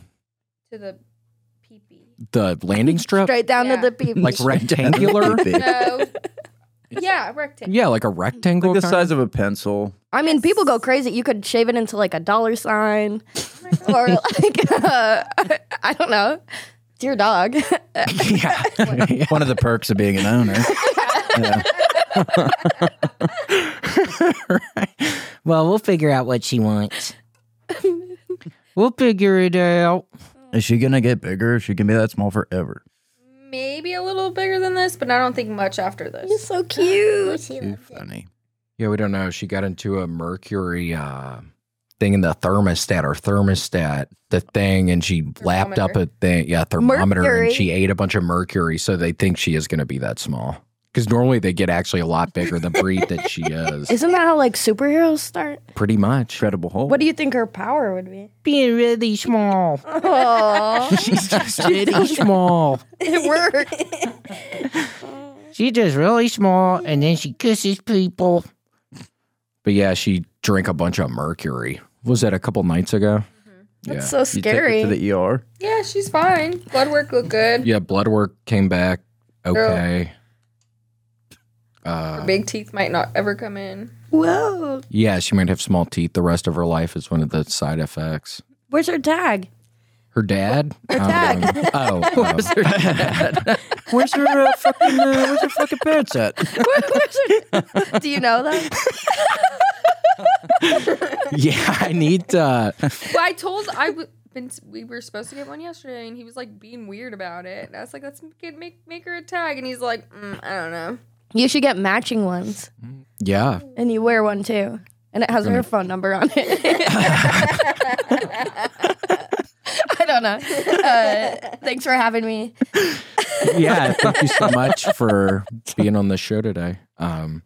[SPEAKER 5] to the peepee.
[SPEAKER 4] The landing strip?
[SPEAKER 3] Straight down
[SPEAKER 5] Yeah.
[SPEAKER 3] to the people.
[SPEAKER 4] Like rectangular?
[SPEAKER 5] No. yeah, rectangle.
[SPEAKER 4] yeah, like a rectangle.
[SPEAKER 2] Like the
[SPEAKER 4] kind
[SPEAKER 2] size of a pencil.
[SPEAKER 3] I mean, people go crazy. You could shave it into like a dollar sign, or like uh, I, I don't know, dear dog.
[SPEAKER 4] of- yeah.
[SPEAKER 2] One of the perks of being an owner.
[SPEAKER 4] Well, we'll figure out what she wants. we'll figure it out.
[SPEAKER 2] Is she gonna get bigger? She can be that small forever.
[SPEAKER 5] Maybe a little bigger than this, but I don't think much after this.
[SPEAKER 3] so cute.
[SPEAKER 2] Too funny.
[SPEAKER 4] Yeah, we don't know. She got into a mercury uh, thing in the thermostat or thermostat the thing and she lapped up a thing yeah thermometer
[SPEAKER 3] Mercury.
[SPEAKER 4] and she ate a bunch of mercury so they think she is going to be that small because normally they get actually a lot bigger the breed that she is
[SPEAKER 3] Isn't that how like superheroes start?
[SPEAKER 4] pretty much
[SPEAKER 2] Incredible Hulk.
[SPEAKER 3] What do you think her power would be?
[SPEAKER 4] being really small
[SPEAKER 3] Oh,
[SPEAKER 4] she's just really small
[SPEAKER 3] it worked.
[SPEAKER 4] She just really small, and then she kisses people. But yeah, she drank a bunch of mercury. Was that a couple nights ago?
[SPEAKER 3] That's
[SPEAKER 4] yeah.
[SPEAKER 3] so
[SPEAKER 2] You take her
[SPEAKER 3] scary.
[SPEAKER 2] to the ER.
[SPEAKER 5] Yeah, she's fine. Blood work looked good.
[SPEAKER 4] yeah, blood work came back okay.
[SPEAKER 5] Her
[SPEAKER 4] Uh,
[SPEAKER 5] big teeth might not ever come in.
[SPEAKER 3] Whoa,
[SPEAKER 4] yeah, she might have small teeth the rest of her life. Is one of the side effects.
[SPEAKER 3] where's her tag?
[SPEAKER 4] Her dad. Her
[SPEAKER 3] dad.
[SPEAKER 4] Oh, oh.
[SPEAKER 2] Where's her uh, fucking? Uh, where's her fucking parents at?
[SPEAKER 3] Do you know that?
[SPEAKER 4] yeah. I need. Uh,
[SPEAKER 5] Well, I told I w- been we were supposed to get one yesterday, and he was like being weird about it. And I was like, let's get, make make her a tag, and he's like, mm, I don't know.
[SPEAKER 3] You should get matching ones,
[SPEAKER 4] yeah.
[SPEAKER 3] and you wear one too, and it has her phone number on it. I don't know. Uh, thanks for having me.
[SPEAKER 4] yeah, thank you so much for being on the show today. Um,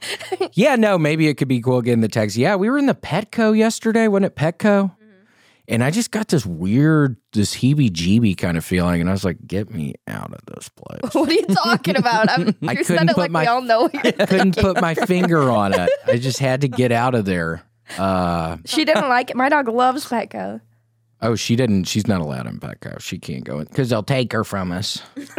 [SPEAKER 4] yeah, no, maybe it could be cool getting the tags. Yeah, we were in the Petco yesterday, wasn't it Petco? And I just got this weird, this heebie-jeebie kind of feeling, and I was like, "Get me out of this place."
[SPEAKER 3] What are you talking about? I'm,
[SPEAKER 4] I
[SPEAKER 3] you
[SPEAKER 4] couldn't
[SPEAKER 3] said it
[SPEAKER 4] put
[SPEAKER 3] like
[SPEAKER 4] my-
[SPEAKER 3] we all know. what you're-
[SPEAKER 4] Couldn't put my finger on it. I just had to get out of there. Uh,
[SPEAKER 3] she didn't like it. My dog loves Petco.
[SPEAKER 4] oh, she didn't. She's not allowed in Petco. She can't go in because they'll take her from us. If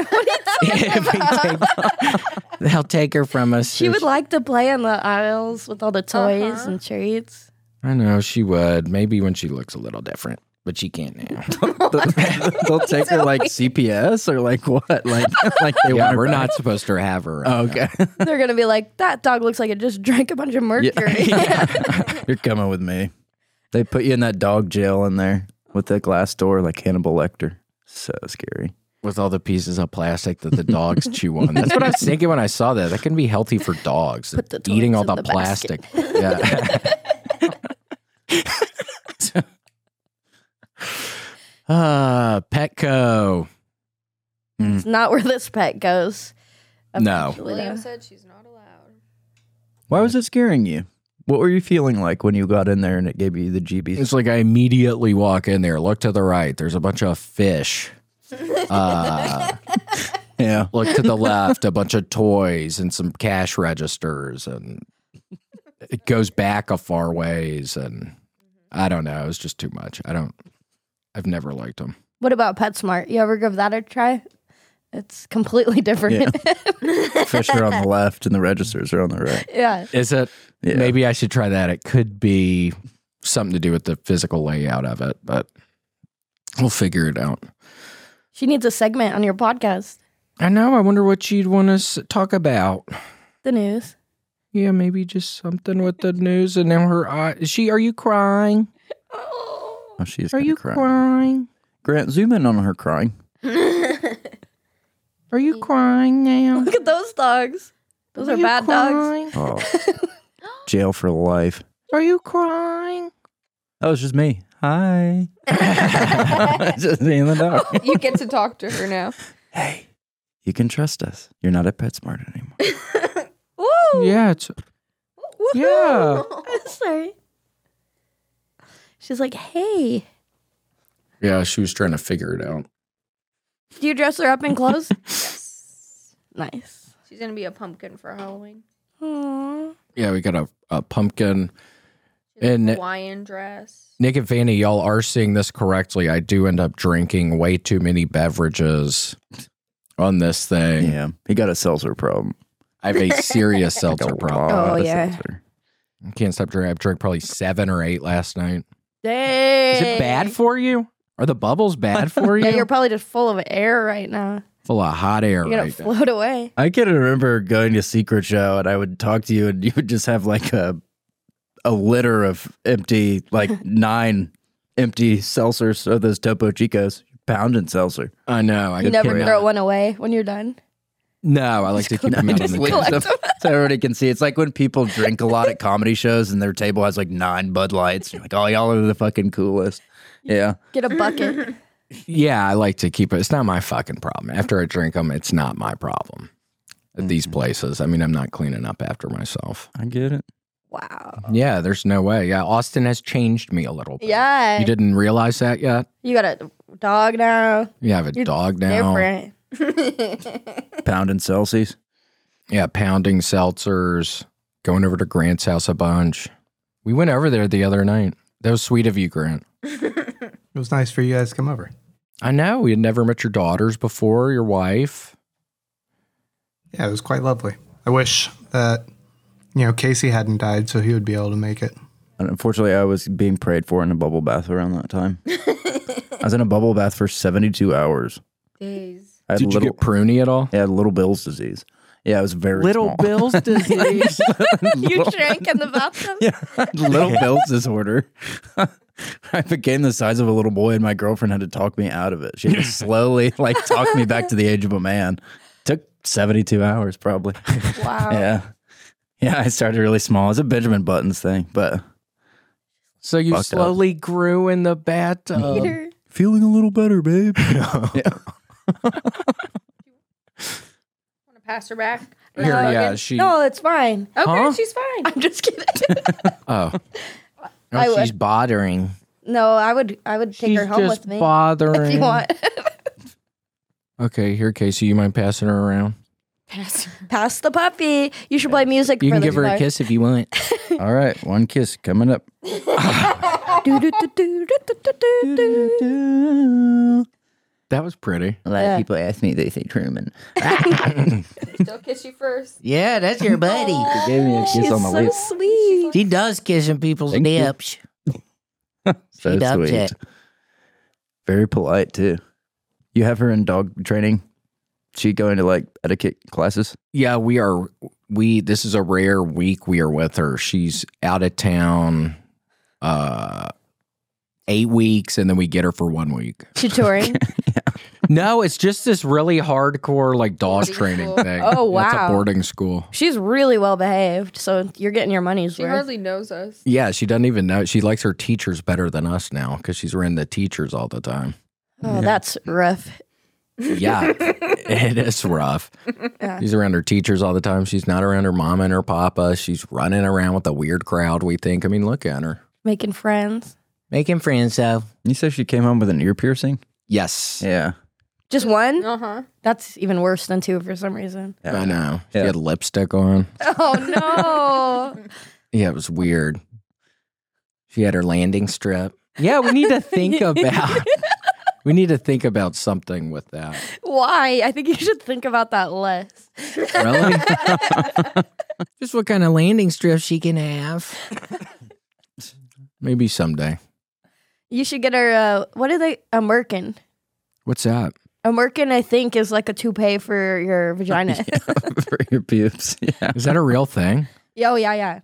[SPEAKER 4] we take- they'll take her from us.
[SPEAKER 3] She would like to play in the aisles with all the toys
[SPEAKER 5] Uh-huh.
[SPEAKER 3] and treats.
[SPEAKER 4] I know she would. Maybe when she looks a little different, but she can't now.
[SPEAKER 2] They'll take her like CPS or like what? Like like they want
[SPEAKER 4] yeah,
[SPEAKER 2] her
[SPEAKER 4] we're
[SPEAKER 2] back.
[SPEAKER 4] not supposed to have her.
[SPEAKER 2] Oh, okay.
[SPEAKER 3] They're gonna be like, that dog looks like it just drank a bunch of mercury.
[SPEAKER 2] You're coming with me. They put you in that dog jail in there with that glass door like Hannibal Lecter. So scary.
[SPEAKER 4] With all the pieces of plastic that the dogs chew on. That's what I was thinking when I saw that. That can be healthy for dogs.
[SPEAKER 3] Put the
[SPEAKER 4] eating
[SPEAKER 3] toys
[SPEAKER 4] all
[SPEAKER 3] in the
[SPEAKER 4] the, plastic.
[SPEAKER 3] basket.
[SPEAKER 4] Yeah. uh, Petco.
[SPEAKER 3] it's not where this pet goes.
[SPEAKER 4] No.
[SPEAKER 3] eventually,
[SPEAKER 5] William
[SPEAKER 3] though.
[SPEAKER 5] said she's not allowed.
[SPEAKER 2] Why was it scaring you? What were you feeling like when you got in there and it gave you the GBs?
[SPEAKER 4] It's like I immediately walk in there, look to the right. There's a bunch of fish. Uh,
[SPEAKER 2] Yeah.
[SPEAKER 4] look to the left, a bunch of toys and some cash registers, and it goes back a far ways. And I don't know, it was just too much. I don't, I've never liked them.
[SPEAKER 3] What about PetSmart? You ever give that a try? It's completely different. Yeah.
[SPEAKER 2] Fish are on the left and the registers are on the right.
[SPEAKER 4] Is it?
[SPEAKER 2] Yeah.
[SPEAKER 4] Maybe I should try that. It could be something to do with the physical layout of it, but we'll figure it out.
[SPEAKER 3] She needs a segment on your podcast.
[SPEAKER 4] I know. I wonder what you'd want us to talk about.
[SPEAKER 3] The news.
[SPEAKER 4] Yeah, maybe just something with the news and then her eye. Is she, are you crying?
[SPEAKER 2] Oh, she's
[SPEAKER 4] Are you
[SPEAKER 2] crying.
[SPEAKER 4] crying?
[SPEAKER 2] Grant, zoom in on her crying.
[SPEAKER 4] Are you crying now?
[SPEAKER 3] Look at those dogs. Those are, bad dogs.
[SPEAKER 2] Oh. Jail for life.
[SPEAKER 4] Are you crying?
[SPEAKER 2] That was just me. Hi. just me and the dog.
[SPEAKER 5] You get to talk to her now.
[SPEAKER 2] Hey, you can trust us. You're not at PetSmart anymore.
[SPEAKER 3] Woo!
[SPEAKER 4] Yeah, it's yeah.
[SPEAKER 3] Sorry. She's like, hey.
[SPEAKER 4] Yeah, she was trying to figure it out.
[SPEAKER 3] Do you dress her up in clothes?
[SPEAKER 5] Yes.
[SPEAKER 3] nice.
[SPEAKER 5] She's gonna be a pumpkin for Halloween.
[SPEAKER 3] Aww.
[SPEAKER 4] Yeah, we got a, a pumpkin.
[SPEAKER 5] She's in
[SPEAKER 4] And- uh,
[SPEAKER 5] a Hawaiian dress.
[SPEAKER 4] Nick and Fanny, y'all are seeing this correctly. I do end up drinking way too many beverages on this thing.
[SPEAKER 2] Yeah. He got a seltzer problem.
[SPEAKER 4] I have a serious seltzer
[SPEAKER 2] Got a
[SPEAKER 4] problem.
[SPEAKER 2] lot
[SPEAKER 3] Oh,
[SPEAKER 2] of
[SPEAKER 3] yeah.
[SPEAKER 2] seltzer.
[SPEAKER 4] I can't stop drinking. I drank probably seven or eight last night.
[SPEAKER 3] Dang.
[SPEAKER 4] Is it bad for you? Are the bubbles bad for you?
[SPEAKER 3] Yeah, Eh. you're probably just full of air right now.
[SPEAKER 4] Full of hot air
[SPEAKER 3] You're gonna
[SPEAKER 4] right now.
[SPEAKER 3] float away.
[SPEAKER 2] I can remember going to Secret Show and I would talk to you and you would just have like a a litter of empty, like nine empty seltzers of those Topo Chicos, pounding seltzer.
[SPEAKER 4] I know. I
[SPEAKER 3] You never
[SPEAKER 4] cannot-
[SPEAKER 3] throw one away when you're done.
[SPEAKER 4] No, I like to keep them out on
[SPEAKER 2] Just
[SPEAKER 4] the
[SPEAKER 2] leave
[SPEAKER 4] table.
[SPEAKER 2] stuff so everybody can see. It's like when people drink a lot at comedy shows and their table has like nine Bud Lights. You're like, oh, y'all are the fucking coolest. Yeah.
[SPEAKER 3] Get a bucket.
[SPEAKER 4] Yeah, I like to keep it. It's not my fucking problem. After I drink them, it's not my problem. At these
[SPEAKER 3] Mm-hmm.
[SPEAKER 4] places, I mean, I'm not cleaning up after myself.
[SPEAKER 2] I get it.
[SPEAKER 3] wow.
[SPEAKER 4] Yeah, there's no way. Yeah, Austin has changed me a little bit.
[SPEAKER 3] Yeah.
[SPEAKER 4] You
[SPEAKER 3] You,
[SPEAKER 4] didn't realize that yet?
[SPEAKER 3] got a dog now.
[SPEAKER 4] You have a
[SPEAKER 3] You're
[SPEAKER 4] dog now.
[SPEAKER 3] Different.
[SPEAKER 2] Pound and Celsius.
[SPEAKER 4] Yeah, pounding seltzers, going over to Grant's house a bunch. We went over there the other night. That was sweet of you, Grant.
[SPEAKER 6] It was nice for you guys to come over.
[SPEAKER 4] I know we had never met your daughters before, your wife.
[SPEAKER 6] Yeah, it was quite lovely. I wish that you know Casey hadn't died, so he would be able to make it.
[SPEAKER 2] And unfortunately, I was being prayed for in a bubble bath around that time. I was in a bubble bath for 72 hours.
[SPEAKER 5] Days.
[SPEAKER 2] I had
[SPEAKER 4] Did
[SPEAKER 2] little,
[SPEAKER 4] you get pruny at all?
[SPEAKER 2] I had little Bill's disease. Yeah, it was very small.
[SPEAKER 4] Bill's disease.
[SPEAKER 3] you drank in the bathroom?
[SPEAKER 2] little Bill's disorder. I became the size of a little boy, and my girlfriend had to talk me out of it. She had to slowly, like, talk me back to the age of a man. Took 72 hours, probably.
[SPEAKER 3] Wow.
[SPEAKER 2] Yeah. Yeah, I started really small. It's a Benjamin Buttons thing, but
[SPEAKER 4] so you
[SPEAKER 2] Fucked up.
[SPEAKER 4] slowly grew in the uh, bathtub.
[SPEAKER 3] Peter.
[SPEAKER 2] feeling a little better, babe.
[SPEAKER 5] Want to pass her back?
[SPEAKER 4] Here, yeah, she.
[SPEAKER 3] Uh, No, it's fine.
[SPEAKER 5] Okay,
[SPEAKER 4] Huh?
[SPEAKER 5] she's fine.
[SPEAKER 3] I'm just kidding.
[SPEAKER 4] Oh.
[SPEAKER 3] I
[SPEAKER 4] oh she's
[SPEAKER 3] would-
[SPEAKER 4] bothering.
[SPEAKER 3] no, I would I would take
[SPEAKER 4] she's
[SPEAKER 3] her home
[SPEAKER 4] just
[SPEAKER 3] with me
[SPEAKER 4] bothering.
[SPEAKER 3] if you want.
[SPEAKER 4] Okay, here, Casey, you mind passing her around?
[SPEAKER 5] Pass her.
[SPEAKER 3] Pass the puppy. You should play music.
[SPEAKER 4] You
[SPEAKER 3] for
[SPEAKER 4] can
[SPEAKER 3] the
[SPEAKER 4] give her a
[SPEAKER 3] dog.
[SPEAKER 4] kiss if you want.
[SPEAKER 2] All right, one kiss coming up.
[SPEAKER 3] Do-do-do-do-do-do-do-do.
[SPEAKER 4] That was pretty.
[SPEAKER 2] A lot
[SPEAKER 3] Yeah.
[SPEAKER 2] of people ask me, they say Truman.
[SPEAKER 5] They'll kiss you first.
[SPEAKER 7] Yeah, that's your buddy.
[SPEAKER 2] He gave me a kiss
[SPEAKER 3] She's
[SPEAKER 2] on the
[SPEAKER 3] so
[SPEAKER 2] lips.
[SPEAKER 3] sweet.
[SPEAKER 7] she does kissing people's
[SPEAKER 2] Thank you.
[SPEAKER 7] nips.
[SPEAKER 2] So
[SPEAKER 7] She loves
[SPEAKER 2] sweet.
[SPEAKER 7] it.
[SPEAKER 2] Very polite, too. You have her in dog training? She going to like etiquette classes?
[SPEAKER 4] Yeah, we are. We this is a rare week we are with her. She's out of town, uh, eight weeks, and then we get her for one week.
[SPEAKER 3] She's touring.
[SPEAKER 4] No, it's just this really hardcore like dog
[SPEAKER 5] Boarding
[SPEAKER 4] training
[SPEAKER 5] school.
[SPEAKER 4] thing.
[SPEAKER 3] Oh,
[SPEAKER 4] it's a
[SPEAKER 3] wow.
[SPEAKER 4] boarding school.
[SPEAKER 3] She's really well behaved, so you're getting your money's
[SPEAKER 5] She
[SPEAKER 3] worth.
[SPEAKER 5] hardly knows us.
[SPEAKER 4] Yeah, she doesn't even know. She likes her teachers better than us now because she's around the teachers all the time.
[SPEAKER 3] Oh, that's rough.
[SPEAKER 4] Yeah, it is rough. She's around her teachers all the time. She's not around her mama and her papa. She's running around with a weird crowd. We think. I mean, look at her
[SPEAKER 3] Making friends.
[SPEAKER 7] Making friends though.
[SPEAKER 2] You said she came home with an ear piercing?
[SPEAKER 4] Yes,
[SPEAKER 2] Yeah.
[SPEAKER 3] Just one?
[SPEAKER 5] Uh huh.
[SPEAKER 3] That's even worse than two for some reason.
[SPEAKER 4] I know.
[SPEAKER 2] Yeah.
[SPEAKER 4] She had lipstick on.
[SPEAKER 3] Oh no.
[SPEAKER 4] Yeah, it was weird. She had her landing strip. Yeah, we need to think about. we need to think about something with that.
[SPEAKER 3] Why? I think you should think about that less.
[SPEAKER 4] Really? Just what kind of landing strip she can have? Maybe someday.
[SPEAKER 3] You should get her uh what are they a merkin.
[SPEAKER 4] What's that?
[SPEAKER 3] A merkin I think is like a toupee for your vagina.
[SPEAKER 2] For your pubes. Yeah.
[SPEAKER 4] Is that a real thing?
[SPEAKER 3] oh yeah, yeah.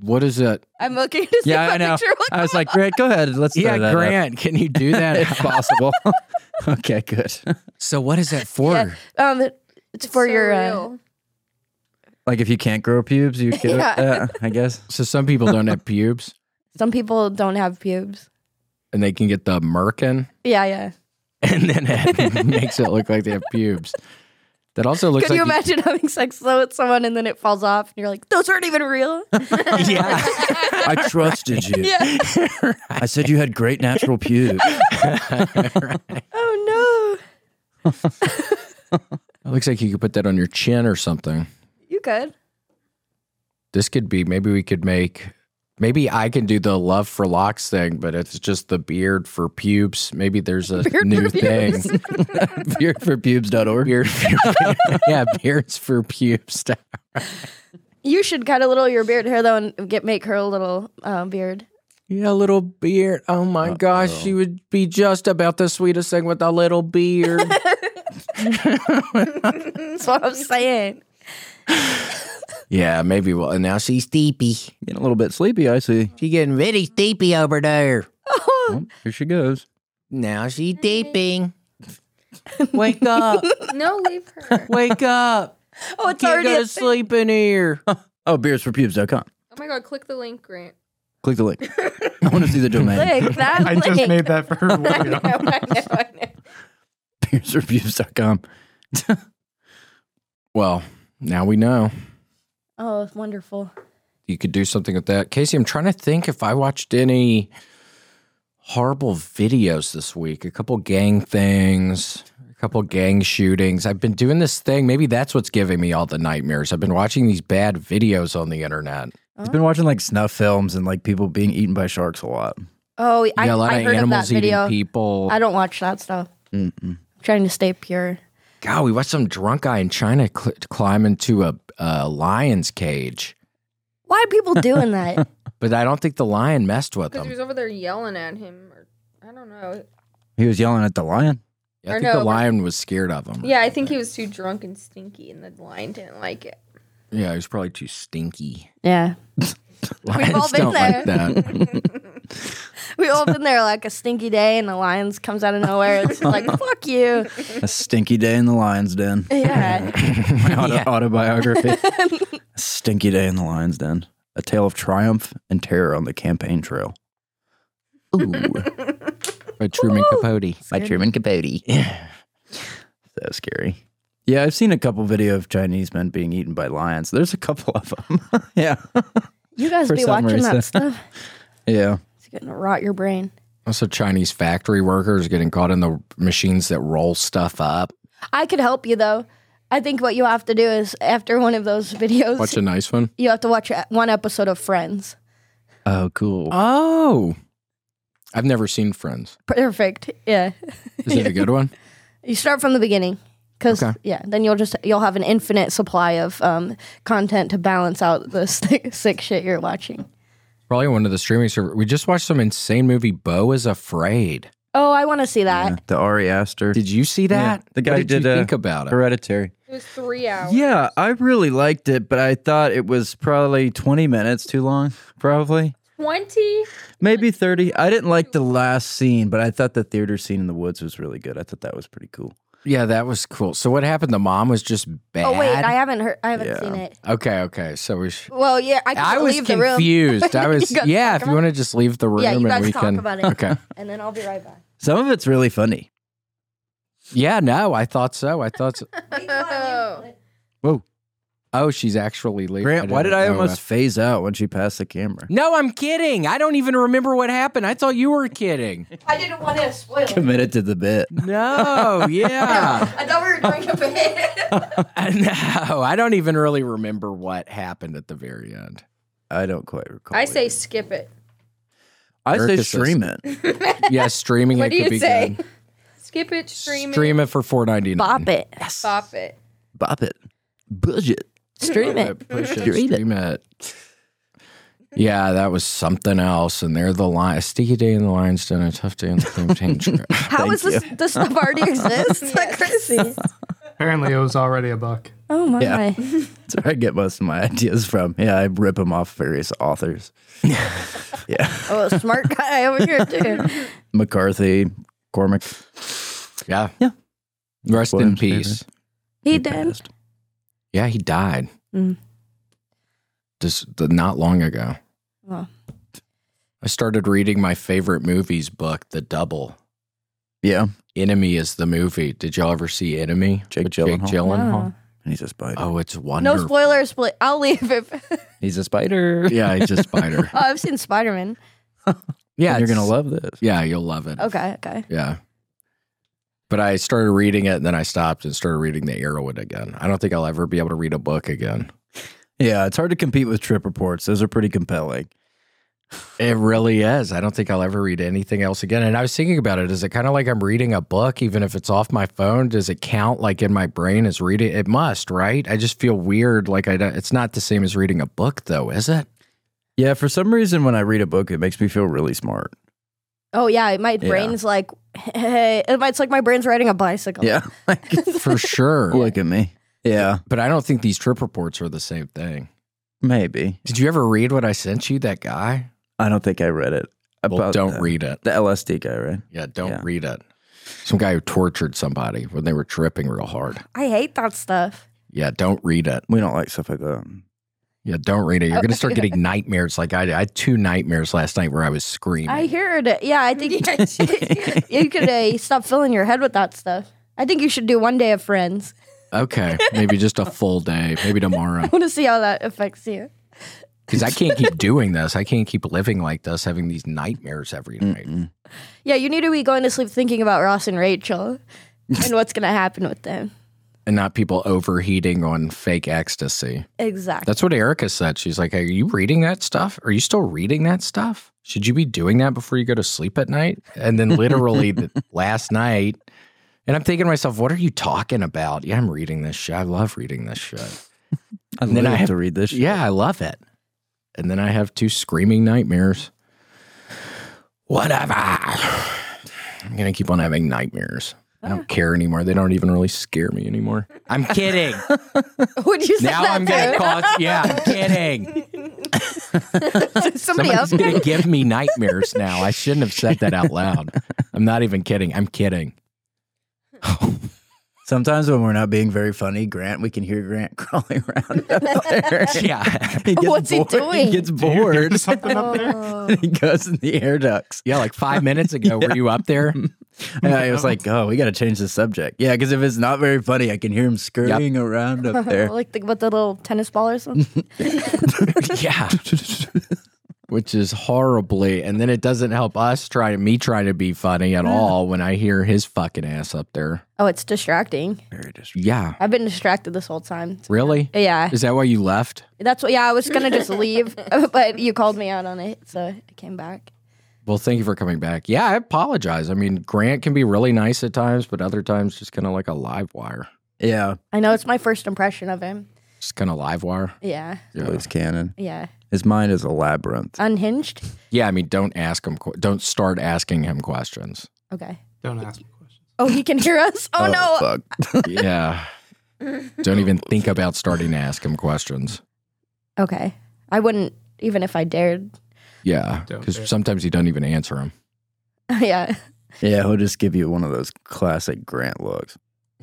[SPEAKER 4] What is it?
[SPEAKER 3] I'm looking to see
[SPEAKER 2] Yeah, I
[SPEAKER 3] what
[SPEAKER 2] know.
[SPEAKER 3] picture will
[SPEAKER 2] I was like, Grant, go ahead. Let's throw that up.
[SPEAKER 4] can you do
[SPEAKER 2] if possible. okay, good.
[SPEAKER 4] so what is that for?
[SPEAKER 3] Yeah. Um, it's for
[SPEAKER 5] So
[SPEAKER 3] your. Uh,
[SPEAKER 5] real.
[SPEAKER 2] Like if you can't grow pubes, you could.
[SPEAKER 3] Yeah.
[SPEAKER 2] uh, I guess.
[SPEAKER 4] So some people don't have pubes
[SPEAKER 3] some people don't have pubes.
[SPEAKER 4] and they can get the merkin.
[SPEAKER 3] Yeah, yeah.
[SPEAKER 4] and then it makes it look like they have pubes. That also looks
[SPEAKER 3] Could you
[SPEAKER 4] like
[SPEAKER 3] imagine having sex though with someone and then it falls off and you're like, those aren't even real.
[SPEAKER 4] yeah.
[SPEAKER 2] I trusted you.
[SPEAKER 3] yeah.
[SPEAKER 2] I said you had great natural pubes.
[SPEAKER 3] Oh no.
[SPEAKER 4] It looks like you could put that on your chin or something.
[SPEAKER 3] You could.
[SPEAKER 4] This could be maybe we could make maybe I can do the love for locks thing, but it's just the beard for pubes. Maybe there's a
[SPEAKER 3] Beard
[SPEAKER 4] new
[SPEAKER 3] for
[SPEAKER 4] thing.
[SPEAKER 3] pubes.
[SPEAKER 2] Beardforpubes.org.
[SPEAKER 4] Beard for, yeah, beards for pubes.
[SPEAKER 3] You should cut a little of your beard hair though and get make her a little uh, beard.
[SPEAKER 4] Yeah, little beard. Oh my gosh, she would be just about the sweetest thing with a little beard.
[SPEAKER 3] That's what I'm saying.
[SPEAKER 4] yeah, maybe well and now she's
[SPEAKER 7] She's sleepy.
[SPEAKER 2] Getting a little bit sleepy, I see.
[SPEAKER 7] She getting really sleepy over there.
[SPEAKER 2] Oh. Well, here she goes.
[SPEAKER 7] Now she deeping. Wake up.
[SPEAKER 5] No, leave her.
[SPEAKER 7] Wake up.
[SPEAKER 3] Oh, it's
[SPEAKER 7] Can't
[SPEAKER 3] already
[SPEAKER 7] go
[SPEAKER 3] a
[SPEAKER 7] to sleep in here.
[SPEAKER 2] Oh, beersforpubes.com.
[SPEAKER 5] Oh my god, click the link, Grant.
[SPEAKER 2] Click the link. I want to see the domain.
[SPEAKER 3] Click that
[SPEAKER 6] I just
[SPEAKER 3] link.
[SPEAKER 6] made that for
[SPEAKER 5] I know,
[SPEAKER 6] William.
[SPEAKER 5] I know, I know.
[SPEAKER 2] beersforpubes.com.
[SPEAKER 4] Well, now we know.
[SPEAKER 3] Oh, it's wonderful.
[SPEAKER 4] you could do something with that. Casey, I'm trying to think if I watched any horrible videos this week. A couple gang things, a couple gang shootings. I've been doing this thing. Maybe that's what's giving me all the nightmares. I've been watching these bad videos on the internet.
[SPEAKER 2] He's been watching like snuff films and like people being eaten by sharks a lot.
[SPEAKER 3] Oh, I,
[SPEAKER 4] yeah, a lot
[SPEAKER 3] I
[SPEAKER 4] of
[SPEAKER 3] heard of that
[SPEAKER 4] animals
[SPEAKER 3] video.
[SPEAKER 4] eating people.
[SPEAKER 3] I don't watch that stuff. I'm trying to stay pure.
[SPEAKER 4] God, we watched some drunk guy in China cl- climb into a, a lion's cage,
[SPEAKER 3] Why are people doing that?
[SPEAKER 4] but I don't think the lion messed with
[SPEAKER 5] Because he
[SPEAKER 4] him.
[SPEAKER 5] was over there yelling at him. Or, I don't know.
[SPEAKER 2] He was yelling at the lion.
[SPEAKER 4] I
[SPEAKER 5] or
[SPEAKER 4] think
[SPEAKER 5] no,
[SPEAKER 4] the
[SPEAKER 5] but-
[SPEAKER 4] lion was scared of him.
[SPEAKER 5] Yeah, I think he was too drunk and stinky, and the lion didn't like it.
[SPEAKER 4] yeah, he was probably too stinky.
[SPEAKER 3] yeah.
[SPEAKER 4] Lions
[SPEAKER 3] all been
[SPEAKER 4] don't like
[SPEAKER 3] there.
[SPEAKER 4] that.
[SPEAKER 3] We all been there like a stinky day and the lions comes out of nowhere. It's like, fuck you.
[SPEAKER 2] A stinky day in the lion's den.
[SPEAKER 3] Yeah.
[SPEAKER 2] My auto- autobiography. A stinky day in the lion's den. A tale of triumph and terror on the campaign trail. Ooh,
[SPEAKER 4] by Truman Capote.
[SPEAKER 2] by Truman Capote. so scary. Yeah, I've seen a couple video of Chinese men being eaten by lions. There's a couple of them. yeah,
[SPEAKER 3] You guys
[SPEAKER 2] For
[SPEAKER 3] be
[SPEAKER 2] some
[SPEAKER 3] watching
[SPEAKER 2] reason.
[SPEAKER 3] that stuff.
[SPEAKER 2] yeah.
[SPEAKER 3] It's going to rot your brain.
[SPEAKER 4] Also, Chinese factory workers getting caught in the machines that roll stuff up.
[SPEAKER 3] I could help you though. I think what you have to do is after one of those videos,
[SPEAKER 4] What's a nice one?
[SPEAKER 3] you have to watch a- one episode of Friends.
[SPEAKER 2] Oh, cool.
[SPEAKER 4] Oh, I've never seen Friends.
[SPEAKER 3] Perfect. Yeah.
[SPEAKER 4] Is it a good one?
[SPEAKER 3] You start from the beginning because
[SPEAKER 4] Okay.
[SPEAKER 3] yeah, then you'll just you'll have an infinite supply of um, content to balance out the sick, sick shit you're watching.
[SPEAKER 4] Probably one of the streaming server. We just watched some insane movie. Bo is afraid.
[SPEAKER 3] Oh, I want to see that.
[SPEAKER 2] Yeah, the Ari Aster.
[SPEAKER 4] Did you see that?
[SPEAKER 2] the guy
[SPEAKER 4] what did,
[SPEAKER 2] did,
[SPEAKER 4] you
[SPEAKER 2] uh,
[SPEAKER 4] think about it.
[SPEAKER 2] Hereditary.
[SPEAKER 5] It was three hours.
[SPEAKER 2] Yeah, I really liked it, but I thought it was probably 20 minutes too long, probably.
[SPEAKER 5] 20?
[SPEAKER 2] Maybe 30. I didn't like the last scene, but I thought the theater scene in the woods was really good. I thought that was pretty cool.
[SPEAKER 4] Yeah, that was cool. So what happened? The mom was just bad.
[SPEAKER 3] Oh wait, I haven't heard. I haven't
[SPEAKER 2] Yeah.
[SPEAKER 3] seen it.
[SPEAKER 4] okay, okay. So we. Sh-
[SPEAKER 3] Well, yeah, I can
[SPEAKER 4] I was
[SPEAKER 3] leave the room.
[SPEAKER 4] confused. I was.
[SPEAKER 3] You guys
[SPEAKER 4] yeah,
[SPEAKER 3] talk
[SPEAKER 4] if you
[SPEAKER 3] about
[SPEAKER 4] want to just leave the room
[SPEAKER 3] Yeah, you
[SPEAKER 4] and
[SPEAKER 3] guys
[SPEAKER 4] we
[SPEAKER 3] talk
[SPEAKER 4] can.
[SPEAKER 3] about it.
[SPEAKER 4] Okay.
[SPEAKER 3] and then I'll be right back.
[SPEAKER 2] Some of it's really funny.
[SPEAKER 4] Yeah. No, I thought so. I thought. So.
[SPEAKER 5] Oh.
[SPEAKER 4] Oh, she's actually leaving.
[SPEAKER 2] Grant, why did
[SPEAKER 4] didn't
[SPEAKER 2] I
[SPEAKER 4] know
[SPEAKER 2] almost
[SPEAKER 4] that.
[SPEAKER 2] phase out when she passed the camera?
[SPEAKER 4] No, I'm kidding. I don't even remember what happened. I thought you were kidding.
[SPEAKER 3] I didn't want to spoil. it.
[SPEAKER 2] Committed to the bit.
[SPEAKER 4] No, yeah.
[SPEAKER 3] I thought we were going to bed.
[SPEAKER 4] no, I don't even really remember what happened at the very end.
[SPEAKER 2] I don't quite recall.
[SPEAKER 5] I
[SPEAKER 2] it.
[SPEAKER 5] say skip it.
[SPEAKER 2] I say
[SPEAKER 4] Erica says-
[SPEAKER 2] stream it.
[SPEAKER 4] Yeah, streaming
[SPEAKER 5] What
[SPEAKER 4] it
[SPEAKER 5] do
[SPEAKER 4] could
[SPEAKER 5] you
[SPEAKER 4] be
[SPEAKER 5] say?
[SPEAKER 4] good.
[SPEAKER 5] Skip it, stream,
[SPEAKER 4] Stream
[SPEAKER 5] it,
[SPEAKER 4] it for four ninety nine.
[SPEAKER 3] Bop it.
[SPEAKER 5] bop it.
[SPEAKER 2] Bop it. Budget.
[SPEAKER 3] Stream it.
[SPEAKER 2] Stream it.
[SPEAKER 4] Stream it. Yeah, that was something else. And they're the line. A sticky day in the lion's den, a tough day in the campaign trip.
[SPEAKER 3] How is this? This stuff already exists. Like crazy.
[SPEAKER 6] Apparently, it was already a buck.
[SPEAKER 3] Oh my.
[SPEAKER 2] Yeah. That's where I get most of my ideas from. Yeah, I rip them off various authors. yeah.
[SPEAKER 3] Oh, a smart guy over here too.
[SPEAKER 2] McCarthy, Cormac.
[SPEAKER 4] Yeah.
[SPEAKER 2] Yeah.
[SPEAKER 4] Rest in
[SPEAKER 2] William's
[SPEAKER 4] peace.
[SPEAKER 3] He did.
[SPEAKER 2] passed.
[SPEAKER 4] Yeah, he died.
[SPEAKER 3] Mm.
[SPEAKER 4] Just the, not long ago.
[SPEAKER 3] Well.
[SPEAKER 4] I started reading my favorite movies book, The Double.
[SPEAKER 2] Yeah.
[SPEAKER 4] Enemy is the movie. Did y'all ever see Enemy?
[SPEAKER 2] Jake
[SPEAKER 4] With
[SPEAKER 2] Gyllenhaal?
[SPEAKER 3] oh.
[SPEAKER 4] Gyllenhaal?
[SPEAKER 2] And he's a spider.
[SPEAKER 4] Oh, it's
[SPEAKER 3] No
[SPEAKER 4] wonderful.
[SPEAKER 3] spoilers. Split. I'll leave it. oh,
[SPEAKER 2] He's a spider.
[SPEAKER 4] Yeah, he's a spider.
[SPEAKER 3] I've seen Spider Man.
[SPEAKER 4] yeah,
[SPEAKER 2] And you're gonna
[SPEAKER 4] it's-
[SPEAKER 2] love this.
[SPEAKER 4] Yeah, you'll love it.
[SPEAKER 3] Okay. Okay.
[SPEAKER 4] Yeah. But I started reading it and then I stopped and started reading the Arrowhead again. I don't think I'll ever be able to read a book again.
[SPEAKER 2] Yeah, it's hard to compete with trip reports. Those are pretty compelling.
[SPEAKER 4] It really is. I don't think I'll ever read anything else again. And I was thinking about it. Is it kind of like I'm reading a book, even if it's off my phone? Does it count like in my brain as reading? It must, right? I just feel weird. Like I, don't- it's not the same as reading a book, though, is it?
[SPEAKER 2] Yeah, for some reason when I read a book, it makes me feel really smart.
[SPEAKER 3] Oh yeah, my
[SPEAKER 2] Yeah.
[SPEAKER 3] brain's like, hey, it's like my brain's riding a
[SPEAKER 4] Oh.
[SPEAKER 3] bicycle.
[SPEAKER 2] Yeah. Like,
[SPEAKER 4] For sure.
[SPEAKER 2] look at me. Yeah.
[SPEAKER 4] But I don't think these trip reports are the same thing.
[SPEAKER 2] Maybe.
[SPEAKER 4] Did you ever read what I sent you? That guy.
[SPEAKER 2] I don't think I read it.
[SPEAKER 4] Well, don't
[SPEAKER 2] the-
[SPEAKER 4] read it.
[SPEAKER 2] the LSD guy, right?
[SPEAKER 4] Yeah, don't
[SPEAKER 2] Yeah.
[SPEAKER 4] read it. Some guy who tortured somebody when they were tripping real hard.
[SPEAKER 3] I hate that stuff.
[SPEAKER 4] Yeah, don't read it.
[SPEAKER 2] We don't like stuff like that.
[SPEAKER 4] Yeah, don't read it. You're gonna start getting nightmares like I did. I had two nightmares last night where I was screaming.
[SPEAKER 3] I heard it. Yeah, I think you could uh, stop filling your head with that stuff. I think you should do one day of friends.
[SPEAKER 4] okay, maybe just a full day, maybe tomorrow.
[SPEAKER 3] I want to see how that affects you.
[SPEAKER 4] Because I can't keep doing this. I can't keep living like this, having these nightmares every night.
[SPEAKER 3] Yeah, you need to be going to sleep thinking about Ross and Rachel and what's going to happen with them.
[SPEAKER 4] And not people overheating on fake ecstasy.
[SPEAKER 3] Exactly.
[SPEAKER 4] That's what Erica said. She's like, Are you reading that stuff? Are you still reading that stuff? Should you be doing that before you go to sleep at night? And then literally the, last night, and I'm thinking to myself, What are you talking about? Yeah, I'm reading this shit. I love reading this shit.
[SPEAKER 2] I
[SPEAKER 4] And then
[SPEAKER 2] then
[SPEAKER 4] I
[SPEAKER 2] have
[SPEAKER 4] have-
[SPEAKER 2] to read this. shit.
[SPEAKER 4] Yeah, I love it. And then I have two screaming nightmares. Whatever. I'm going to keep on having nightmares. I don't care anymore. They don't even really scare me anymore. I'm kidding.
[SPEAKER 3] Would you say
[SPEAKER 4] now
[SPEAKER 3] that
[SPEAKER 4] I'm going to
[SPEAKER 3] too?
[SPEAKER 4] call it. Yeah, I'm kidding.
[SPEAKER 3] somebody
[SPEAKER 4] Somebody's
[SPEAKER 3] else?
[SPEAKER 4] going to give me nightmares now. I shouldn't have said that out loud. I'm not even kidding. I'm kidding.
[SPEAKER 2] Sometimes when we're not being very funny, Grant, we can hear Grant crawling around up there.
[SPEAKER 4] Yeah.
[SPEAKER 2] He gets
[SPEAKER 3] What's he
[SPEAKER 2] bored.
[SPEAKER 3] doing?
[SPEAKER 2] He gets
[SPEAKER 6] Or
[SPEAKER 2] bored.
[SPEAKER 6] something up there.
[SPEAKER 3] Oh.
[SPEAKER 2] and he goes in the air ducts.
[SPEAKER 4] Yeah, like five minutes ago, were you up there?
[SPEAKER 2] And I was like, oh, we got to change the subject. Yeah, because if it's not very funny, I can hear him scurrying around up there.
[SPEAKER 3] like the, with the little tennis ball or something.
[SPEAKER 4] yeah. Which is horribly, and then it doesn't help us trying me trying to be funny at all when I hear his fucking ass up there.
[SPEAKER 3] Oh, it's distracting.
[SPEAKER 2] Very distracting.
[SPEAKER 4] Yeah,
[SPEAKER 3] I've been distracted this whole time.
[SPEAKER 4] really?
[SPEAKER 3] Yeah,
[SPEAKER 4] Is that why you left?
[SPEAKER 3] that's what. Yeah, I was gonna just leave, but you called me out on it, so I came back.
[SPEAKER 4] Well, thank you for coming back. Yeah, I apologize. I mean, Grant can be really nice at times, but other times just kind of like a live wire.
[SPEAKER 2] Yeah,
[SPEAKER 3] I know it's my first impression of him.
[SPEAKER 4] Just kind of live wire.
[SPEAKER 3] Yeah,
[SPEAKER 2] it was canon.
[SPEAKER 3] yeah,
[SPEAKER 2] His mind is a labyrinth.
[SPEAKER 3] Uh, unhinged.
[SPEAKER 4] Yeah, I mean, don't ask him. que- Don't start asking him questions.
[SPEAKER 3] Okay.
[SPEAKER 6] Don't ask me questions.
[SPEAKER 3] Oh, he can hear us. Oh, no.
[SPEAKER 2] fuck.
[SPEAKER 4] Yeah. don't even think about starting to ask him questions.
[SPEAKER 3] Okay, I wouldn't even if I dared.
[SPEAKER 4] Yeah,
[SPEAKER 6] Don't
[SPEAKER 4] because
[SPEAKER 6] dare.
[SPEAKER 4] sometimes you don't even answer him.
[SPEAKER 3] yeah.
[SPEAKER 2] Yeah, he'll just give you one of those classic Grant looks.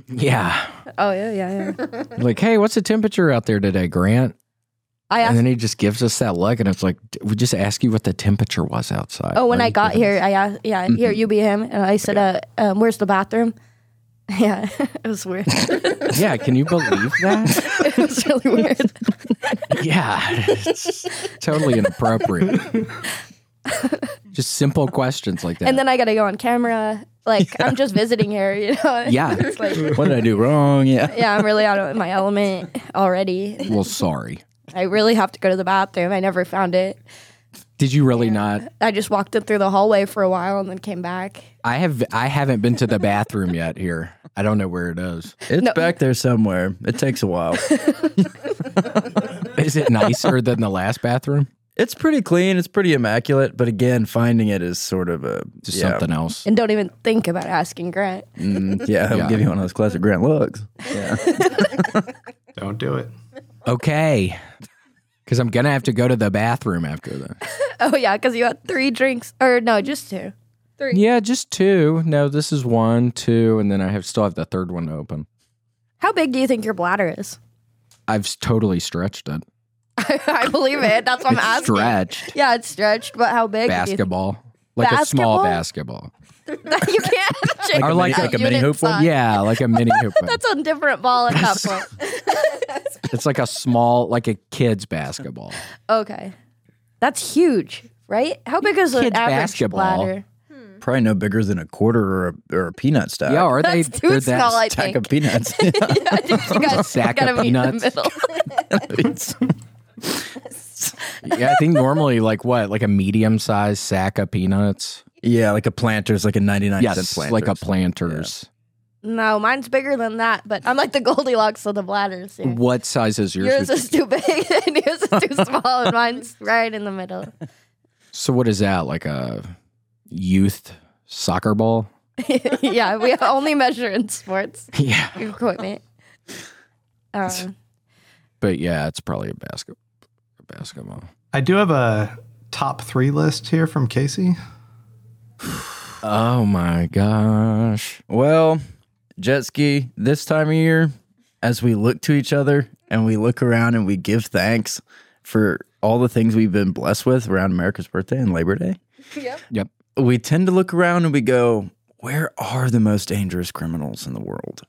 [SPEAKER 4] Yeah.
[SPEAKER 3] Oh yeah, yeah, yeah.
[SPEAKER 4] like, hey, what's the temperature out there today, Grant?
[SPEAKER 3] I
[SPEAKER 4] And
[SPEAKER 3] asked.
[SPEAKER 4] then he just gives us that look, and it's like, "D- we just ask you what the temperature was outside.
[SPEAKER 3] Oh, when
[SPEAKER 4] Why
[SPEAKER 3] I
[SPEAKER 4] you
[SPEAKER 3] got
[SPEAKER 4] giving
[SPEAKER 3] here, I asked. Yeah, here you be him, and I said, uh, um, "Where's the bathroom?" Yeah, it was weird. it
[SPEAKER 4] us- yeah, can you believe that?
[SPEAKER 3] was really weird.
[SPEAKER 4] yeah, it's totally inappropriate. just simple questions like that.
[SPEAKER 3] And then I gotta go on camera. Like I'm just visiting here, you know.
[SPEAKER 4] Yeah.
[SPEAKER 3] It's like,
[SPEAKER 2] What did I do wrong? Yeah.
[SPEAKER 3] yeah, I'm really out of my element already.
[SPEAKER 4] well, sorry.
[SPEAKER 3] I really have to go to the bathroom. I never found it.
[SPEAKER 4] Did you really not?
[SPEAKER 3] I just walked it through the hallway for a while and then came back.
[SPEAKER 4] I have. I haven't been to the bathroom yet. Here, I don't know where it is.
[SPEAKER 2] It's
[SPEAKER 3] No.
[SPEAKER 2] back there somewhere. It takes a while.
[SPEAKER 4] Is it nicer than the last bathroom?
[SPEAKER 2] it's pretty clean. It's pretty immaculate. But again, finding it is sort of a
[SPEAKER 4] Just
[SPEAKER 2] yeah.
[SPEAKER 4] something else.
[SPEAKER 3] And don't even think about asking Grant.
[SPEAKER 2] Mm, yeah, he'll
[SPEAKER 4] Yeah.
[SPEAKER 2] give you one of those classic Grant looks.
[SPEAKER 6] Don't do it.
[SPEAKER 4] Okay, because I'm gonna have to go to the bathroom after this.
[SPEAKER 3] Oh yeah, because you had three drinks or no, just two.
[SPEAKER 5] Three.
[SPEAKER 4] Yeah, just two. No, this is one, two, and then I have still have the third one to open.
[SPEAKER 3] How big do you think your bladder is?
[SPEAKER 4] I've s- totally stretched it.
[SPEAKER 3] I believe it. That's what I'm
[SPEAKER 4] It's
[SPEAKER 3] asking.
[SPEAKER 4] stretched
[SPEAKER 3] Yeah, it's stretched, but how big? do you think-
[SPEAKER 4] basketball, like a small
[SPEAKER 3] Basketball?
[SPEAKER 4] basketball.
[SPEAKER 3] you can't. change
[SPEAKER 4] Or like
[SPEAKER 3] that
[SPEAKER 4] a- like a
[SPEAKER 2] mini
[SPEAKER 3] unit
[SPEAKER 2] hoop one?
[SPEAKER 3] size.
[SPEAKER 4] Yeah, like a mini hoop.
[SPEAKER 3] That's a different ball at that point.
[SPEAKER 4] it's like a small, like a kid's basketball.
[SPEAKER 3] Okay, that's huge, right? How big is an
[SPEAKER 4] Kids
[SPEAKER 3] average
[SPEAKER 4] basketball.
[SPEAKER 3] bladder?
[SPEAKER 2] Probably no bigger than a quarter or a, or a peanut stack.
[SPEAKER 4] Yeah, are they?
[SPEAKER 3] That's too
[SPEAKER 4] they're that
[SPEAKER 3] small. I
[SPEAKER 2] stack
[SPEAKER 3] think.
[SPEAKER 2] of peanuts.
[SPEAKER 3] yeah, I think you guys
[SPEAKER 4] Sack
[SPEAKER 3] gotta
[SPEAKER 4] of
[SPEAKER 3] meet in the
[SPEAKER 4] peanuts.
[SPEAKER 3] middle.
[SPEAKER 4] Yeah, I think normally like what, like a medium sized sack of peanuts.
[SPEAKER 2] yeah, like a planter's, like a ninety-nine cent
[SPEAKER 4] Yes,
[SPEAKER 2] planter.
[SPEAKER 4] like a planters.
[SPEAKER 3] no, mine's bigger than that, but I'm like the Goldilocks of the bladders. Here.
[SPEAKER 4] What size is yours?
[SPEAKER 3] Yours is too big and yours is too small, and mine's right in the middle.
[SPEAKER 4] so what is that? Like a youth soccer ball?
[SPEAKER 3] yeah, we only measure in sports
[SPEAKER 4] Yeah.
[SPEAKER 3] equipment. Um,
[SPEAKER 4] But yeah, it's probably a basket a basketball.
[SPEAKER 6] I do have a top three list here from Casey.
[SPEAKER 4] Oh my gosh.
[SPEAKER 2] Well, jet ski, this time of year, as we look to each other and we look around and we give thanks for all the things we've been blessed with around America's birthday and Labor Day,
[SPEAKER 5] Yep.
[SPEAKER 2] we tend to look around and we go, where are the most dangerous criminals in the world?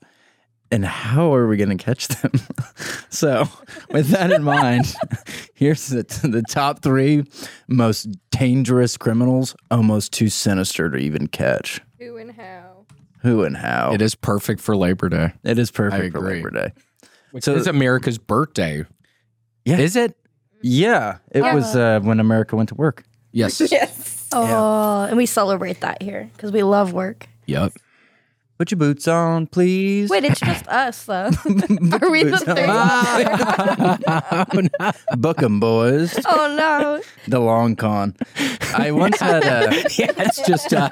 [SPEAKER 2] And how are we going to catch them? so, with that in mind, here's the, the top three most dangerous criminals, almost too sinister to even catch.
[SPEAKER 5] Who and how?
[SPEAKER 2] Who and how?
[SPEAKER 4] It is perfect for Labor Day.
[SPEAKER 2] It is perfect
[SPEAKER 4] I
[SPEAKER 2] for
[SPEAKER 4] agree.
[SPEAKER 2] Labor Day.
[SPEAKER 4] Which
[SPEAKER 2] So-
[SPEAKER 4] is America's birthday.
[SPEAKER 2] Yeah.
[SPEAKER 4] Is it?
[SPEAKER 2] Yeah, it was uh, when America went to work.
[SPEAKER 4] Yes.
[SPEAKER 5] Yes.
[SPEAKER 3] Oh, and we celebrate that here because we love work.
[SPEAKER 4] Yep.
[SPEAKER 2] Put your boots on, please.
[SPEAKER 3] Wait, it's just us though. Are we the third?
[SPEAKER 2] Book 'em, boys.
[SPEAKER 3] Oh no!
[SPEAKER 2] The long con. I once had a.
[SPEAKER 4] Yeah, it's just uh,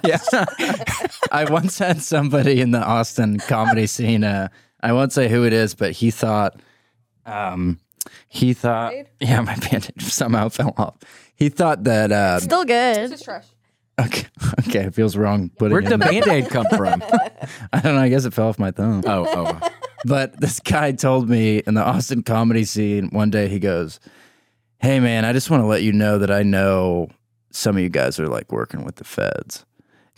[SPEAKER 2] I once had somebody in the Austin comedy scene. Uh, I won't say who it is, but he thought, um, he thought,
[SPEAKER 5] Bandage?
[SPEAKER 2] yeah, my bandage somehow fell off. He thought that, uh,
[SPEAKER 3] Still good.
[SPEAKER 5] Just trash.
[SPEAKER 2] okay, okay, it feels wrong. Putting
[SPEAKER 4] Where'd
[SPEAKER 2] it
[SPEAKER 4] the
[SPEAKER 2] in-
[SPEAKER 4] band aid come from?
[SPEAKER 2] I don't know. I guess it fell off my thumb.
[SPEAKER 4] Oh, oh.
[SPEAKER 2] But this guy told me in the Austin comedy scene one day, he goes, Hey, man, I just want to let you know that I know some of you guys are like working with the feds.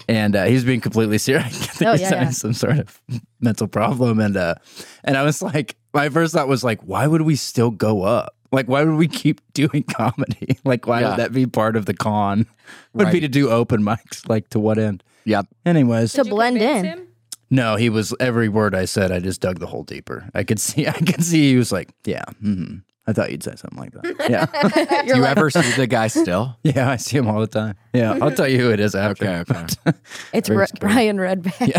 [SPEAKER 2] And uh, he's being completely serious.
[SPEAKER 3] Oh,
[SPEAKER 2] There's
[SPEAKER 3] yeah, yeah.
[SPEAKER 2] some sort of mental problem. And, uh, and I was like, my first thought was like, why would we still go up? Like, why would we keep doing comedy? Like, why
[SPEAKER 4] Yeah.
[SPEAKER 2] would that be part of the con? Would be
[SPEAKER 4] Right.
[SPEAKER 2] to do open mics. Like, to what end?
[SPEAKER 4] Yep.
[SPEAKER 2] Anyways,
[SPEAKER 3] To
[SPEAKER 5] Did you
[SPEAKER 3] blend
[SPEAKER 5] convince
[SPEAKER 3] in.
[SPEAKER 5] him?
[SPEAKER 2] no, he was every word I said. I just dug the hole deeper. I could see. I could see he was like, "Yeah, hmm I thought you'd say something like that." Yeah,
[SPEAKER 4] Do you ever see the guy still?
[SPEAKER 2] yeah, I see him all the time. Yeah, I'll tell you who it is after.
[SPEAKER 4] Okay, okay.
[SPEAKER 3] It's Ru- Brian Redback.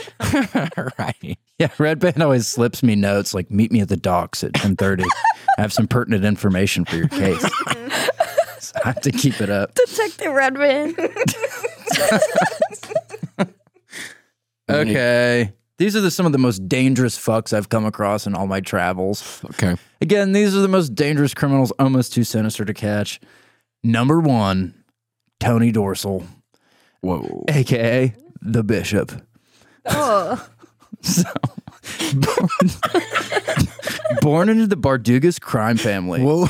[SPEAKER 4] right.
[SPEAKER 2] Yeah, Red Band always slips me notes like, "Meet me at the docks at ten thirty. I have some pertinent information for your case." So I have to keep it up.
[SPEAKER 3] Detective Redman.
[SPEAKER 2] Okay, these are the, some of the most dangerous fucks I've come across in all my travels.
[SPEAKER 4] Okay.
[SPEAKER 2] Again, these are the most dangerous criminals, almost too sinister to catch. Number one, Tony Dorsal,
[SPEAKER 4] Whoa.
[SPEAKER 2] aka the Bishop.
[SPEAKER 3] Oh,
[SPEAKER 2] So, born into the Bardugas crime family,
[SPEAKER 4] Whoa.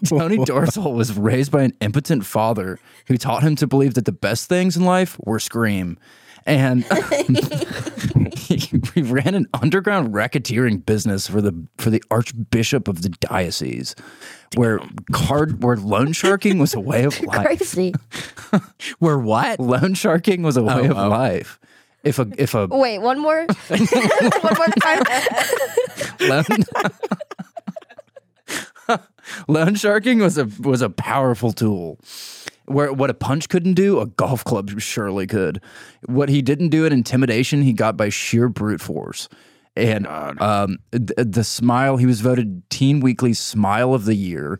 [SPEAKER 2] Tony Dorsal was raised by an impotent father who taught him to believe that the best things in life were scream. And he, he ran an underground racketeering business for the for the Archbishop of the diocese, where card where loan sharking was a way of life.
[SPEAKER 3] crazy.
[SPEAKER 4] We're what?
[SPEAKER 2] Loan sharking was a way of
[SPEAKER 4] oh.
[SPEAKER 2] life. If a if a
[SPEAKER 3] Wait, one more. one more time.
[SPEAKER 2] loan, loan sharking was a was a powerful tool. Where what a punch couldn't do, a golf club surely could. What he didn't do in intimidation, he got by sheer brute force. And
[SPEAKER 4] Oh,
[SPEAKER 2] um, th- the smile, he was voted Teen Weekly Smile of the Year,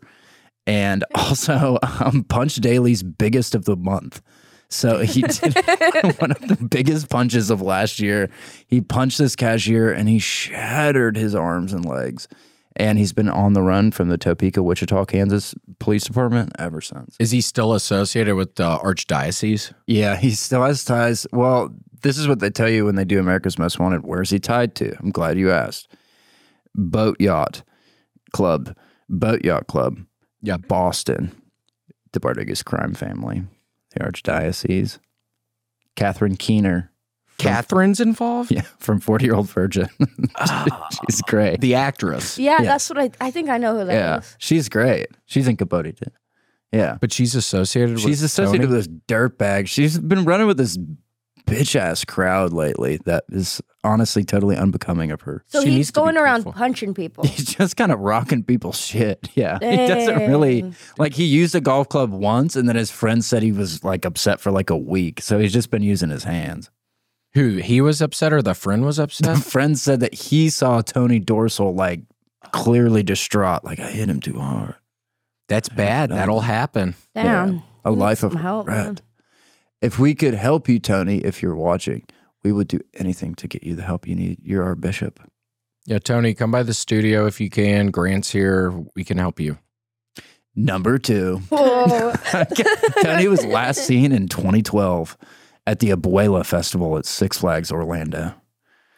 [SPEAKER 2] and also um, Punch Daily's biggest of the month. So he did one of the biggest punches of last year. He punched this cashier and he shattered his arms and legs. And he's been on the run from the Topeka, Wichita, Kansas Police Department ever since.
[SPEAKER 4] Is he still associated with the archdiocese?
[SPEAKER 2] Yeah, he still has ties. Well, this is what they tell you when they do America's Most Wanted. Where is he tied to? I'm glad you asked. Boat Yacht Club, Boat Yacht Club.
[SPEAKER 4] Yeah.
[SPEAKER 2] Boston, the Bardugas crime family, the Archdiocese. Catherine Keener,
[SPEAKER 4] Catherine's involved?
[SPEAKER 2] yeah, from 40 Year Old Virgin. she's great.
[SPEAKER 4] The actress.
[SPEAKER 3] Yeah, that's what I. I think I know who that is.
[SPEAKER 2] Yeah, she's great. She's in Capote, too. Yeah.
[SPEAKER 4] But she's associated with
[SPEAKER 2] She's associated
[SPEAKER 4] Tony?
[SPEAKER 2] with this dirtbag. She's been running with this bitch ass crowd lately that is honestly totally unbecoming of her.
[SPEAKER 3] So
[SPEAKER 4] She needs
[SPEAKER 3] he's
[SPEAKER 4] to be
[SPEAKER 3] going around
[SPEAKER 4] careful.
[SPEAKER 3] punching people.
[SPEAKER 2] He's just kind of rocking people's shit. Yeah. He doesn't really
[SPEAKER 3] Dang.
[SPEAKER 2] like he used a golf club once and then his friend said he was like upset for like a week. So he's just been using his hands.
[SPEAKER 4] Who? He was upset or the friend was
[SPEAKER 2] A
[SPEAKER 3] Uh.
[SPEAKER 4] upset?
[SPEAKER 2] friend said that he saw Tony Dorsal like clearly distraught. Like I hit him too hard.
[SPEAKER 4] That's bad. That'll happen.
[SPEAKER 3] Damn.
[SPEAKER 2] A life of
[SPEAKER 3] some help,
[SPEAKER 2] regret.
[SPEAKER 3] man.
[SPEAKER 2] If we could help you, Tony, if you're watching, we would do anything to get you the help you need. You're our bishop.
[SPEAKER 4] Yeah, Tony, come by the studio if you can. Grant's here. We can help you.
[SPEAKER 2] Number two.
[SPEAKER 3] Whoa.
[SPEAKER 2] Tony was last seen in 2012 at the Abuela Festival at Six Flags Orlando.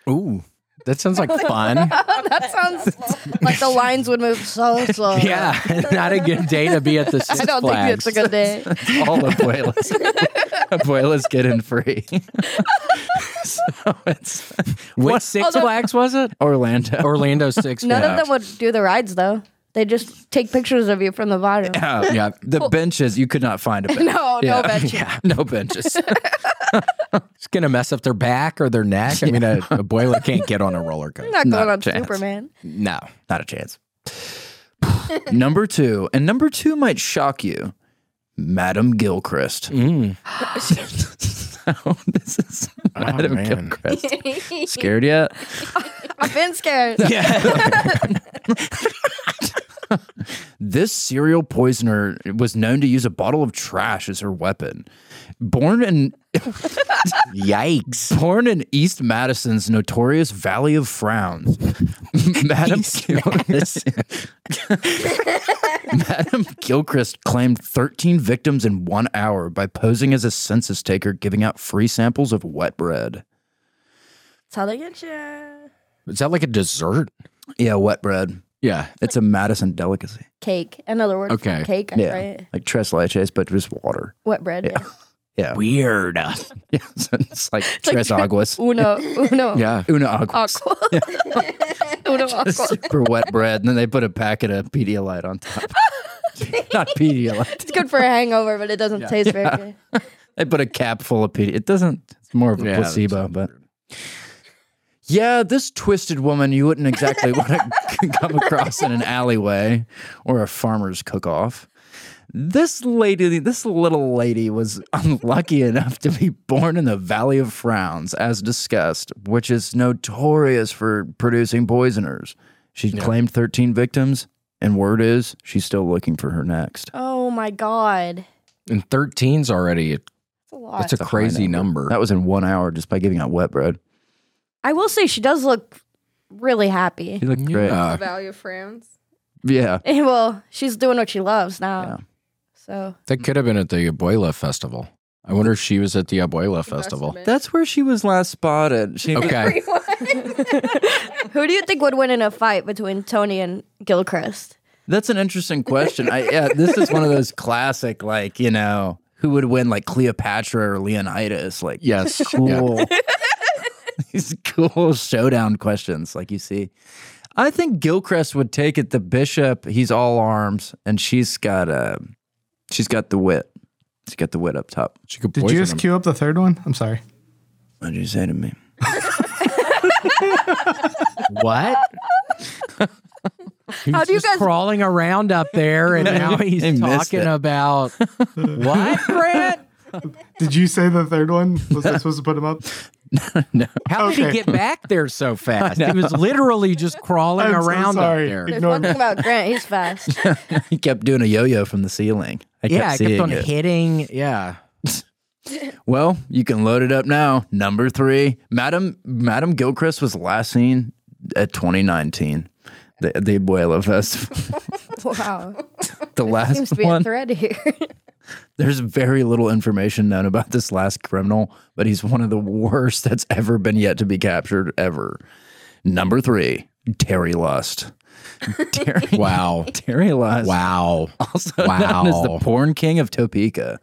[SPEAKER 4] Ooh, that sounds like fun.
[SPEAKER 3] that sounds like the lines would move so slow.
[SPEAKER 4] yeah, not a good day to be at the Six
[SPEAKER 3] I don't think
[SPEAKER 4] Flags.
[SPEAKER 3] it's a good day.
[SPEAKER 2] All abuelas. abuelas get in free. so it's
[SPEAKER 4] What Six
[SPEAKER 3] Although-
[SPEAKER 4] Flags was it?
[SPEAKER 2] Orlando.
[SPEAKER 4] Orlando Six
[SPEAKER 3] None of
[SPEAKER 4] Flags.
[SPEAKER 3] them would do the rides though. They just take pictures of you from the bottom.
[SPEAKER 2] Oh, yeah. The benches, you could not find a bench.
[SPEAKER 3] No, no benches.
[SPEAKER 2] Yeah, no benches.
[SPEAKER 4] It's gonna mess up their back or their neck. I mean, a, a boiler can't get on a roller coaster.
[SPEAKER 3] I'm not going
[SPEAKER 2] a
[SPEAKER 3] on
[SPEAKER 2] chance.
[SPEAKER 3] Superman.
[SPEAKER 4] No,
[SPEAKER 2] not a chance. number two, and number two might shock you, Madame Gilchrist. so this is Madame
[SPEAKER 4] man.
[SPEAKER 2] Gilchrist. Scared yet?
[SPEAKER 3] I've been scared.
[SPEAKER 2] This serial poisoner was known to use a bottle of trash as her weapon. Born in
[SPEAKER 4] yikes!
[SPEAKER 2] born in East Madison's notorious Valley of Frowns, Madam Gilchrist, Madam Gilchrist claimed 13 victims in one hour by posing as a census taker, giving out free samples of wet bread.
[SPEAKER 3] That's how they get you.
[SPEAKER 4] Is that like a dessert?
[SPEAKER 2] Yeah, wet bread.
[SPEAKER 4] Yeah,
[SPEAKER 2] It's a Madison delicacy.
[SPEAKER 3] Cake. Another word.
[SPEAKER 4] Okay.
[SPEAKER 3] For cake.
[SPEAKER 2] Yeah,
[SPEAKER 3] Right.
[SPEAKER 2] like tres leches, but just water.
[SPEAKER 3] Wet bread. Yeah.
[SPEAKER 2] Yeah,
[SPEAKER 4] weird.
[SPEAKER 2] yeah. So it's like tres aguas,
[SPEAKER 3] Uno. Uno.
[SPEAKER 4] Yeah,
[SPEAKER 2] una aguas.
[SPEAKER 3] Aqua. Uno aqua.
[SPEAKER 2] Super wet bread, and then they put a packet of Pedialyte on top. Not Pedialyte.
[SPEAKER 3] It's good for a hangover, but it doesn't taste very good.
[SPEAKER 2] I put a cap full of PD. It doesn't. It's more of a
[SPEAKER 4] Yeah, that's
[SPEAKER 2] placebo, but yeah, this twisted woman you wouldn't exactly want to come across in an alleyway or a farmer's cook-off. This lady, this little lady, was unlucky enough to be born in the Valley of Frowns, as discussed, which is notorious for producing poisoners. She claimed 13 victims, and word is she's still looking for her next.
[SPEAKER 3] Oh my god.
[SPEAKER 4] and thirteen's already.
[SPEAKER 3] That's a lot.
[SPEAKER 4] That's a crazy number.
[SPEAKER 2] That was in one hour just by giving out wet bread.
[SPEAKER 3] I will say she does look really happy.
[SPEAKER 2] She looked great.
[SPEAKER 4] Yeah.
[SPEAKER 5] The value of friends.
[SPEAKER 2] Yeah.
[SPEAKER 3] Well, she's doing what she loves now.
[SPEAKER 2] Yeah.
[SPEAKER 3] So
[SPEAKER 4] That could have been at the Abuela Festival. I wonder if she was at the Abuela
[SPEAKER 5] It must
[SPEAKER 4] Festival.
[SPEAKER 5] have been.
[SPEAKER 2] That's where she was last spotted. She
[SPEAKER 7] Oh.
[SPEAKER 4] Okay.
[SPEAKER 3] who do you think would win in a fight between Tony and Gilchrist?
[SPEAKER 2] That's an interesting question. I yeah, this is one of those classic like, you know, who would win like Cleopatra or Leonidas? Like
[SPEAKER 4] Yes.
[SPEAKER 2] cool. These cool showdown questions like you see. I think Gilchrist would take it the bishop, he's all arms and she's got uh she's got the wit. She's got the wit up top.
[SPEAKER 4] She could
[SPEAKER 6] Did
[SPEAKER 4] poison
[SPEAKER 6] you just
[SPEAKER 4] him.
[SPEAKER 6] queue up the third one? I'm sorry.
[SPEAKER 2] What did you say to me?
[SPEAKER 4] what?
[SPEAKER 7] He's
[SPEAKER 3] How do you
[SPEAKER 7] just
[SPEAKER 3] guys-
[SPEAKER 7] crawling around up there, and now he's
[SPEAKER 2] I missed
[SPEAKER 7] talking
[SPEAKER 2] it.
[SPEAKER 7] about what, Brett?
[SPEAKER 6] Did you say the third one? Was I supposed to put him up?
[SPEAKER 7] How did
[SPEAKER 6] Okay.
[SPEAKER 7] he get back there so fast? He was literally just crawling
[SPEAKER 6] I'm so
[SPEAKER 7] around
[SPEAKER 6] sorry.
[SPEAKER 7] up there.
[SPEAKER 6] It-
[SPEAKER 3] There's
[SPEAKER 6] No,
[SPEAKER 3] one
[SPEAKER 6] no.
[SPEAKER 3] thing about Grant, he's fast.
[SPEAKER 2] He kept doing a yo-yo from the ceiling. I kept
[SPEAKER 7] yeah, I kept
[SPEAKER 2] seeing
[SPEAKER 7] on
[SPEAKER 2] it.
[SPEAKER 7] hitting. Yeah,
[SPEAKER 2] Well, you can load it up now. Number three, Madam Madam Gilchrist was last seen at 2019, the the Abuela Festival.
[SPEAKER 3] Wow.
[SPEAKER 2] The
[SPEAKER 3] Seems
[SPEAKER 2] last
[SPEAKER 3] to be a
[SPEAKER 2] one.
[SPEAKER 3] thread here.
[SPEAKER 2] There's very little information known about this last criminal, but he's one of the worst that's ever been yet to be captured ever. Number three, Terry Lust. Terry,
[SPEAKER 4] Wow.
[SPEAKER 2] Terry Lust.
[SPEAKER 4] Wow.
[SPEAKER 2] Also known as the
[SPEAKER 4] Wow.
[SPEAKER 2] porn king of Topeka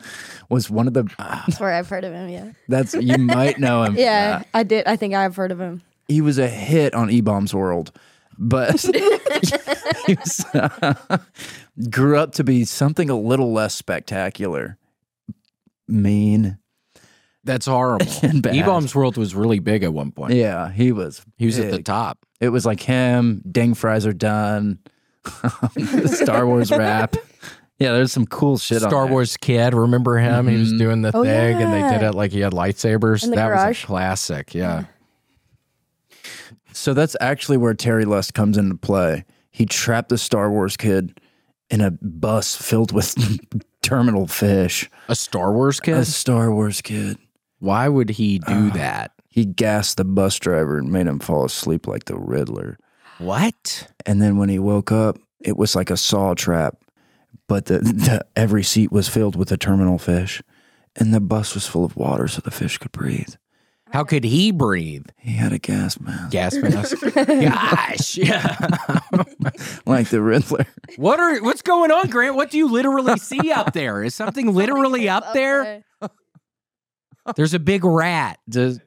[SPEAKER 2] was one of the
[SPEAKER 3] That's where I've heard of him, yeah.
[SPEAKER 2] that's you might know him.
[SPEAKER 3] Yeah, I did. I think I've heard of him.
[SPEAKER 2] he was a hit on E-Bomb's World, but he was, uh, grew up to be something a little less spectacular. Mean.
[SPEAKER 4] That's horrible.
[SPEAKER 2] And bad.
[SPEAKER 4] E-Bomb's World was really big at one point.
[SPEAKER 2] Yeah, he was.
[SPEAKER 4] He was at the
[SPEAKER 2] big.
[SPEAKER 4] top.
[SPEAKER 2] It was like him, Ding Fries Are Done, Star Wars rap. Yeah, there's some cool shit on
[SPEAKER 4] Star
[SPEAKER 2] there.
[SPEAKER 4] Wars Kid, remember him? He was doing the
[SPEAKER 3] Oh,
[SPEAKER 4] thing and they did
[SPEAKER 3] yeah.
[SPEAKER 4] it like he had lightsabers.
[SPEAKER 3] In the
[SPEAKER 4] that was
[SPEAKER 3] garage.
[SPEAKER 4] a classic. Yeah.
[SPEAKER 2] So that's actually where Terry Lust comes into play. He trapped the Star Wars kid in a bus filled with terminal fish.
[SPEAKER 4] A Star Wars Kid?
[SPEAKER 2] A Star Wars kid.
[SPEAKER 4] Why would he do that?
[SPEAKER 2] He gassed the bus driver and made him fall asleep like the Riddler.
[SPEAKER 4] What?
[SPEAKER 2] And then when he woke up, it was like a saw trap. but the, the, every seat was filled with a terminal fish, and the bus was full of water so the fish could breathe.
[SPEAKER 4] How could he breathe?
[SPEAKER 2] He had a gas mask,
[SPEAKER 4] Gas mask. Gosh, yeah.
[SPEAKER 2] like the Riddler.
[SPEAKER 7] What are what's going on, Grant? What do you literally see up there? Is something literally up there?
[SPEAKER 4] There's a big rat. Does-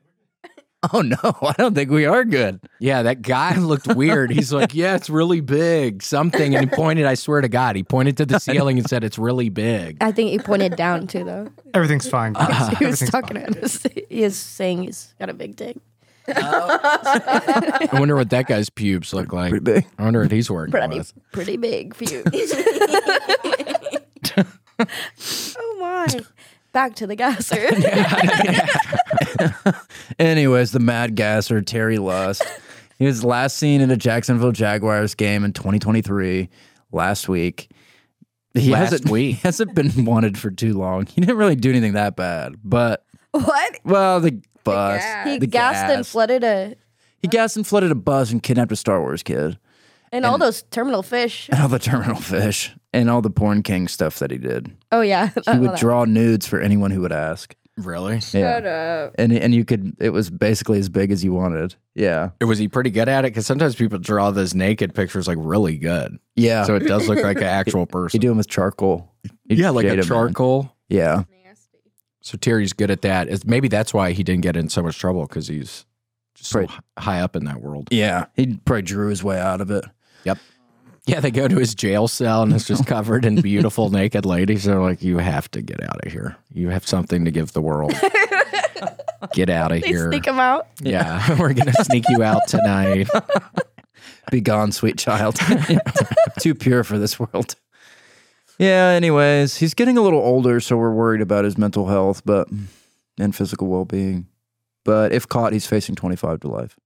[SPEAKER 2] Oh no, I don't think we are good.
[SPEAKER 4] yeah, that guy looked weird. He's like, yeah, it's really big. Something, and he pointed. I swear to God, he pointed to the ceiling and said, "It's really big."
[SPEAKER 3] I think he pointed down too, though.
[SPEAKER 6] Everything's fine. guys.
[SPEAKER 3] he was
[SPEAKER 6] Ah, Everything's
[SPEAKER 3] talking about this. He is saying he's got a big dick.
[SPEAKER 4] I wonder what that guy's pubes look like.
[SPEAKER 2] Pretty big.
[SPEAKER 4] I wonder what he's working
[SPEAKER 3] Pretty,
[SPEAKER 4] with.
[SPEAKER 3] pretty big for you. oh my. Back to the gasser.
[SPEAKER 2] Anyways, the mad gasser Terry Lust. he was last seen at a Jacksonville Jaguars game in 2023 last week. He
[SPEAKER 4] Last
[SPEAKER 2] hasn't,
[SPEAKER 4] week.
[SPEAKER 2] he hasn't been wanted for too long. He didn't really do anything that bad, but
[SPEAKER 3] what?
[SPEAKER 2] well, the bus.
[SPEAKER 5] gas.
[SPEAKER 3] He
[SPEAKER 2] the
[SPEAKER 3] gassed and
[SPEAKER 2] gas.
[SPEAKER 3] flooded a
[SPEAKER 2] He gassed and flooded a bus and kidnapped a Star Wars kid
[SPEAKER 3] and all those terminal fish.
[SPEAKER 2] and all the terminal fish and all the porn king stuff that he did.
[SPEAKER 3] Oh yeah.
[SPEAKER 2] He would draw nudes for anyone who would ask.
[SPEAKER 4] Really?
[SPEAKER 5] Shut up.
[SPEAKER 2] And and you could it was basically as big as you wanted. Yeah.
[SPEAKER 4] Was he pretty good at it? Because sometimes people draw those naked pictures like really good,
[SPEAKER 2] Yeah.
[SPEAKER 4] so it does look like an actual
[SPEAKER 2] you
[SPEAKER 4] person.
[SPEAKER 2] do them with charcoal. You
[SPEAKER 4] yeah, like a
[SPEAKER 2] create 'em, man.
[SPEAKER 4] charcoal.
[SPEAKER 2] Yeah.
[SPEAKER 5] Nasty.
[SPEAKER 4] So Terry's good at that. It's, maybe that's why he didn't get in so much trouble because he's just so
[SPEAKER 2] Right.
[SPEAKER 4] h- high up in that world.
[SPEAKER 2] Yeah. He probably drew his way out of it.
[SPEAKER 4] Yeah, they go to his jail cell and it's just covered in beautiful naked ladies. They're like, "You have to get out of here. You have something to give the world. get out of
[SPEAKER 3] They
[SPEAKER 4] here.
[SPEAKER 3] sneak him out.
[SPEAKER 4] yeah, we're gonna sneak you out tonight."
[SPEAKER 2] Be gone, sweet child. Too pure for this world. Yeah, anyways, he's getting a little older, so we're worried about his mental health, but and physical well being. But if caught, he's facing twenty five to life.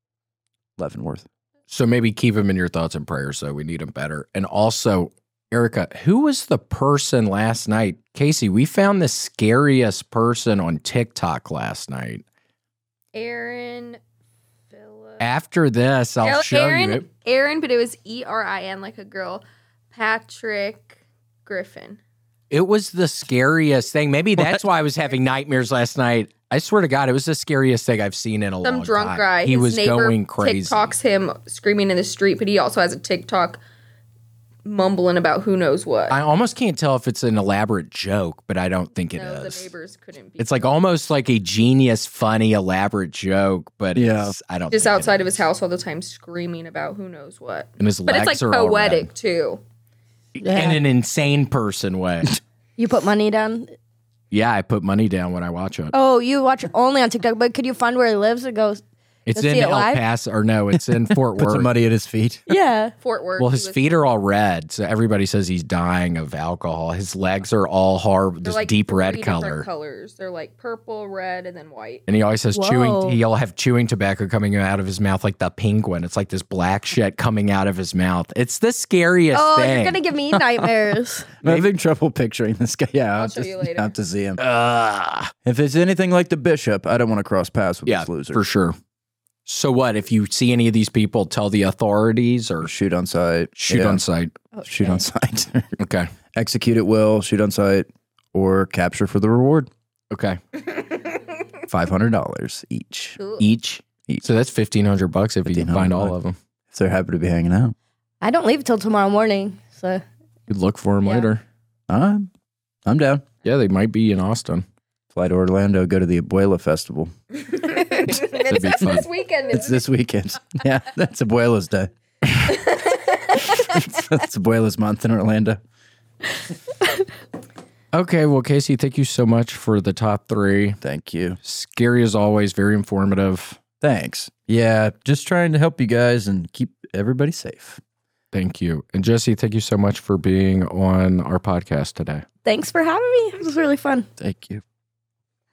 [SPEAKER 2] Leavenworth.
[SPEAKER 4] so maybe keep him in your thoughts and prayers. So we need him better. And also, Erica, who was the person last night? Casey, we found the scariest person on TikTok last night.
[SPEAKER 5] Aaron Phillips.
[SPEAKER 4] After this, I'll
[SPEAKER 5] El-
[SPEAKER 4] show
[SPEAKER 5] Aaron,
[SPEAKER 4] you it.
[SPEAKER 5] Aaron, but it was E R I N, like a girl. Patrick Griffin.
[SPEAKER 4] It was the scariest thing. Maybe that's why I was having nightmares last night. I swear to God, it was the scariest thing I've seen in a
[SPEAKER 5] Some
[SPEAKER 4] long
[SPEAKER 5] drunk
[SPEAKER 4] time.
[SPEAKER 5] guy.
[SPEAKER 4] He
[SPEAKER 5] His
[SPEAKER 4] was
[SPEAKER 5] neighbor
[SPEAKER 4] going crazy.
[SPEAKER 5] TikToks him screaming in the street, but he also has a TikTok mumbling about who knows what.
[SPEAKER 4] I almost can't tell if it's an elaborate joke, but I don't think it is.
[SPEAKER 5] no, the neighbors couldn't be.
[SPEAKER 4] It's like almost like a genius, funny, elaborate joke, but
[SPEAKER 2] Yeah.
[SPEAKER 4] it's, I don't.
[SPEAKER 5] just
[SPEAKER 4] think it
[SPEAKER 5] outside of
[SPEAKER 4] is.
[SPEAKER 5] his house all the time, screaming about who knows what.
[SPEAKER 4] and his
[SPEAKER 5] But
[SPEAKER 4] legs
[SPEAKER 5] it's like
[SPEAKER 4] are all red.
[SPEAKER 5] poetic too.
[SPEAKER 3] Yeah.
[SPEAKER 4] in an insane person way.
[SPEAKER 3] You put money down.
[SPEAKER 4] yeah, I put money down when I watch it.
[SPEAKER 3] Oh, you watch only on TikTok, but could you find where he lives and go?
[SPEAKER 4] it's
[SPEAKER 3] let's
[SPEAKER 4] in
[SPEAKER 3] see it
[SPEAKER 4] El
[SPEAKER 3] live?
[SPEAKER 4] Paso, or no, it's in Fort Worth.
[SPEAKER 2] at his feet.
[SPEAKER 3] Yeah.
[SPEAKER 5] Fort Worth.
[SPEAKER 4] Well,
[SPEAKER 5] he
[SPEAKER 4] his
[SPEAKER 5] was-
[SPEAKER 4] feet are all red, so everybody says he's dying of alcohol. His legs are all hard,
[SPEAKER 5] they're
[SPEAKER 4] this
[SPEAKER 5] like
[SPEAKER 4] deep
[SPEAKER 5] three
[SPEAKER 4] red
[SPEAKER 5] different
[SPEAKER 4] color.
[SPEAKER 5] Colors. They're like purple, red, and then white.
[SPEAKER 4] And he always has chewing.
[SPEAKER 3] Whoa.
[SPEAKER 4] He'll have chewing tobacco coming out of his mouth like the penguin. It's like this black shit coming out of his mouth. It's the scariest
[SPEAKER 3] Oh,
[SPEAKER 4] thing.
[SPEAKER 3] you're gonna give me nightmares.
[SPEAKER 2] I'm having trouble picturing this guy. Yeah, I'll,
[SPEAKER 5] show
[SPEAKER 2] just
[SPEAKER 5] you later.
[SPEAKER 2] have to see him.
[SPEAKER 4] Ugh.
[SPEAKER 2] If it's anything like the bishop, I don't want to cross paths with
[SPEAKER 4] yeah,
[SPEAKER 2] this loser.
[SPEAKER 4] for sure. So what if you see any of these people? Tell the authorities or
[SPEAKER 2] Shoot on sight.
[SPEAKER 4] shoot
[SPEAKER 2] Yeah.
[SPEAKER 4] on sight.
[SPEAKER 2] shoot on sight.
[SPEAKER 4] Okay,
[SPEAKER 2] Execute at will, shoot on sight, or capture for the reward.
[SPEAKER 4] okay.
[SPEAKER 2] Five hundred dollars each.
[SPEAKER 5] Cool.
[SPEAKER 4] Each.
[SPEAKER 2] Each.
[SPEAKER 4] So that's fifteen hundred bucks if you can find
[SPEAKER 2] 1,500
[SPEAKER 4] all of them.
[SPEAKER 2] If they're happy to be hanging out.
[SPEAKER 3] I don't leave till tomorrow morning, so
[SPEAKER 4] You look for them
[SPEAKER 5] Yeah.
[SPEAKER 4] later.
[SPEAKER 2] I'm I'm down.
[SPEAKER 4] Yeah, they might be in Austin.
[SPEAKER 2] Fly to Orlando, go to the Abuela Festival.
[SPEAKER 5] it's
[SPEAKER 4] be fun.
[SPEAKER 5] this weekend.
[SPEAKER 2] It's
[SPEAKER 5] isn't it?
[SPEAKER 2] this weekend. Yeah, that's Abuela's Day. that's Abuela's month in Orlando.
[SPEAKER 4] Okay, well, Casey, thank you so much for the top three.
[SPEAKER 2] Thank you.
[SPEAKER 4] Scary as always, very informative.
[SPEAKER 2] Thanks. Yeah, just trying to help you guys and keep everybody safe.
[SPEAKER 4] Thank you. And Jesse, thank you so much for being on our podcast today.
[SPEAKER 3] thanks for having me. It was really fun.
[SPEAKER 2] Thank you.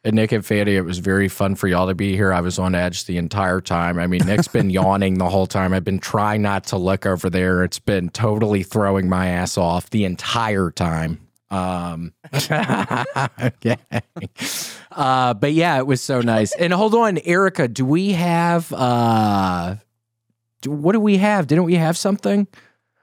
[SPEAKER 4] And Nick and Fanny, it was very fun for y'all to be here. I was on edge the entire time. I mean, Nick's been yawning the whole time. I've been trying not to look over there. It's been totally throwing my ass off the entire time. Um, okay. Uh, but yeah, it was so nice. And hold on, Erica, do we have uh, do, what do we have? Didn't we have something?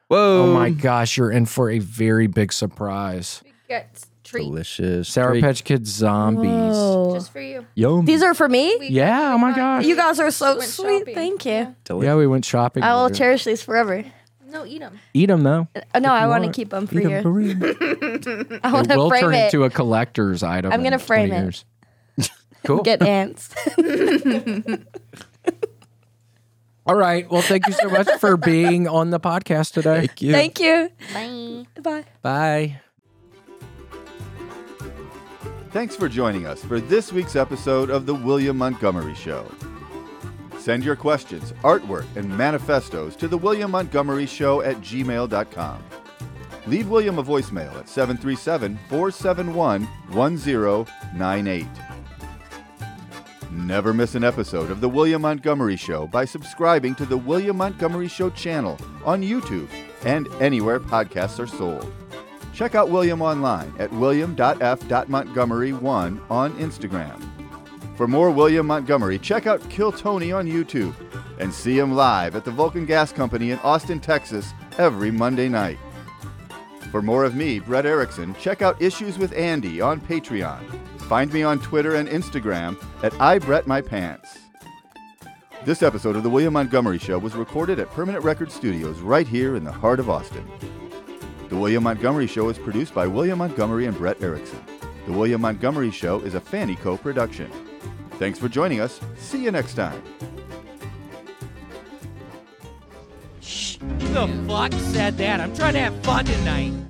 [SPEAKER 2] Whoa.
[SPEAKER 4] Oh my gosh, you're in for a very big surprise.
[SPEAKER 5] Big guts treat
[SPEAKER 2] Delicious.
[SPEAKER 4] Sour
[SPEAKER 2] treat.
[SPEAKER 4] Patch Kids zombies.
[SPEAKER 3] Whoa.
[SPEAKER 5] just for you.
[SPEAKER 2] Yum.
[SPEAKER 3] These are for me.
[SPEAKER 5] We-
[SPEAKER 4] Yeah, oh
[SPEAKER 5] we
[SPEAKER 4] my
[SPEAKER 5] got-
[SPEAKER 4] gosh.
[SPEAKER 3] You guys are so
[SPEAKER 5] Went
[SPEAKER 3] sweet.
[SPEAKER 5] shopping.
[SPEAKER 3] Thank you.
[SPEAKER 2] Deli-
[SPEAKER 4] Yeah, we went shopping.
[SPEAKER 3] I will
[SPEAKER 4] earlier.
[SPEAKER 3] cherish these forever.
[SPEAKER 5] No, eat them.
[SPEAKER 4] Eat them though.
[SPEAKER 3] Uh, No, I want to
[SPEAKER 4] want,
[SPEAKER 3] keep them for
[SPEAKER 4] Eat them
[SPEAKER 3] you.
[SPEAKER 4] for real.
[SPEAKER 3] I want
[SPEAKER 4] It
[SPEAKER 3] to
[SPEAKER 4] will
[SPEAKER 3] frame
[SPEAKER 4] turn
[SPEAKER 3] it.
[SPEAKER 4] into a collector's item.
[SPEAKER 3] I'm gonna
[SPEAKER 4] in
[SPEAKER 3] frame
[SPEAKER 4] 20
[SPEAKER 3] it.
[SPEAKER 4] years. cool.
[SPEAKER 3] Get ants.
[SPEAKER 4] All right. Well, thank you so much for being on the podcast today.
[SPEAKER 2] Thank you.
[SPEAKER 3] Thank you.
[SPEAKER 5] Bye.
[SPEAKER 3] Bye.
[SPEAKER 4] Bye.
[SPEAKER 1] Thanks for joining us for this week's episode of The William Montgomery Show. Send your questions, artwork, and manifestos to The William Montgomery Show at gmail.com. Leave William a voicemail at 737 471 1098. Never miss an episode of The William Montgomery Show by subscribing to The William Montgomery Show channel on YouTube and anywhere podcasts are sold. Check out William online at william.f.montgomery1 on Instagram. For more William Montgomery, check out Kill Tony on YouTube and see him live at the Vulcan Gas Company in Austin, Texas every Monday night. For more of me, Brett Erickson, check out Issues with Andy on Patreon. Find me on Twitter and Instagram at iBrettMyPants. This episode of The William Montgomery Show was recorded at Permanent Record Studios right here in the heart of Austin. The William Montgomery Show is produced by William Montgomery and Brett Erickson. The William Montgomery Show is a Fanny Co production. Thanks for joining us. See you next time.
[SPEAKER 8] Who the fuck said that? I'm trying to have fun tonight.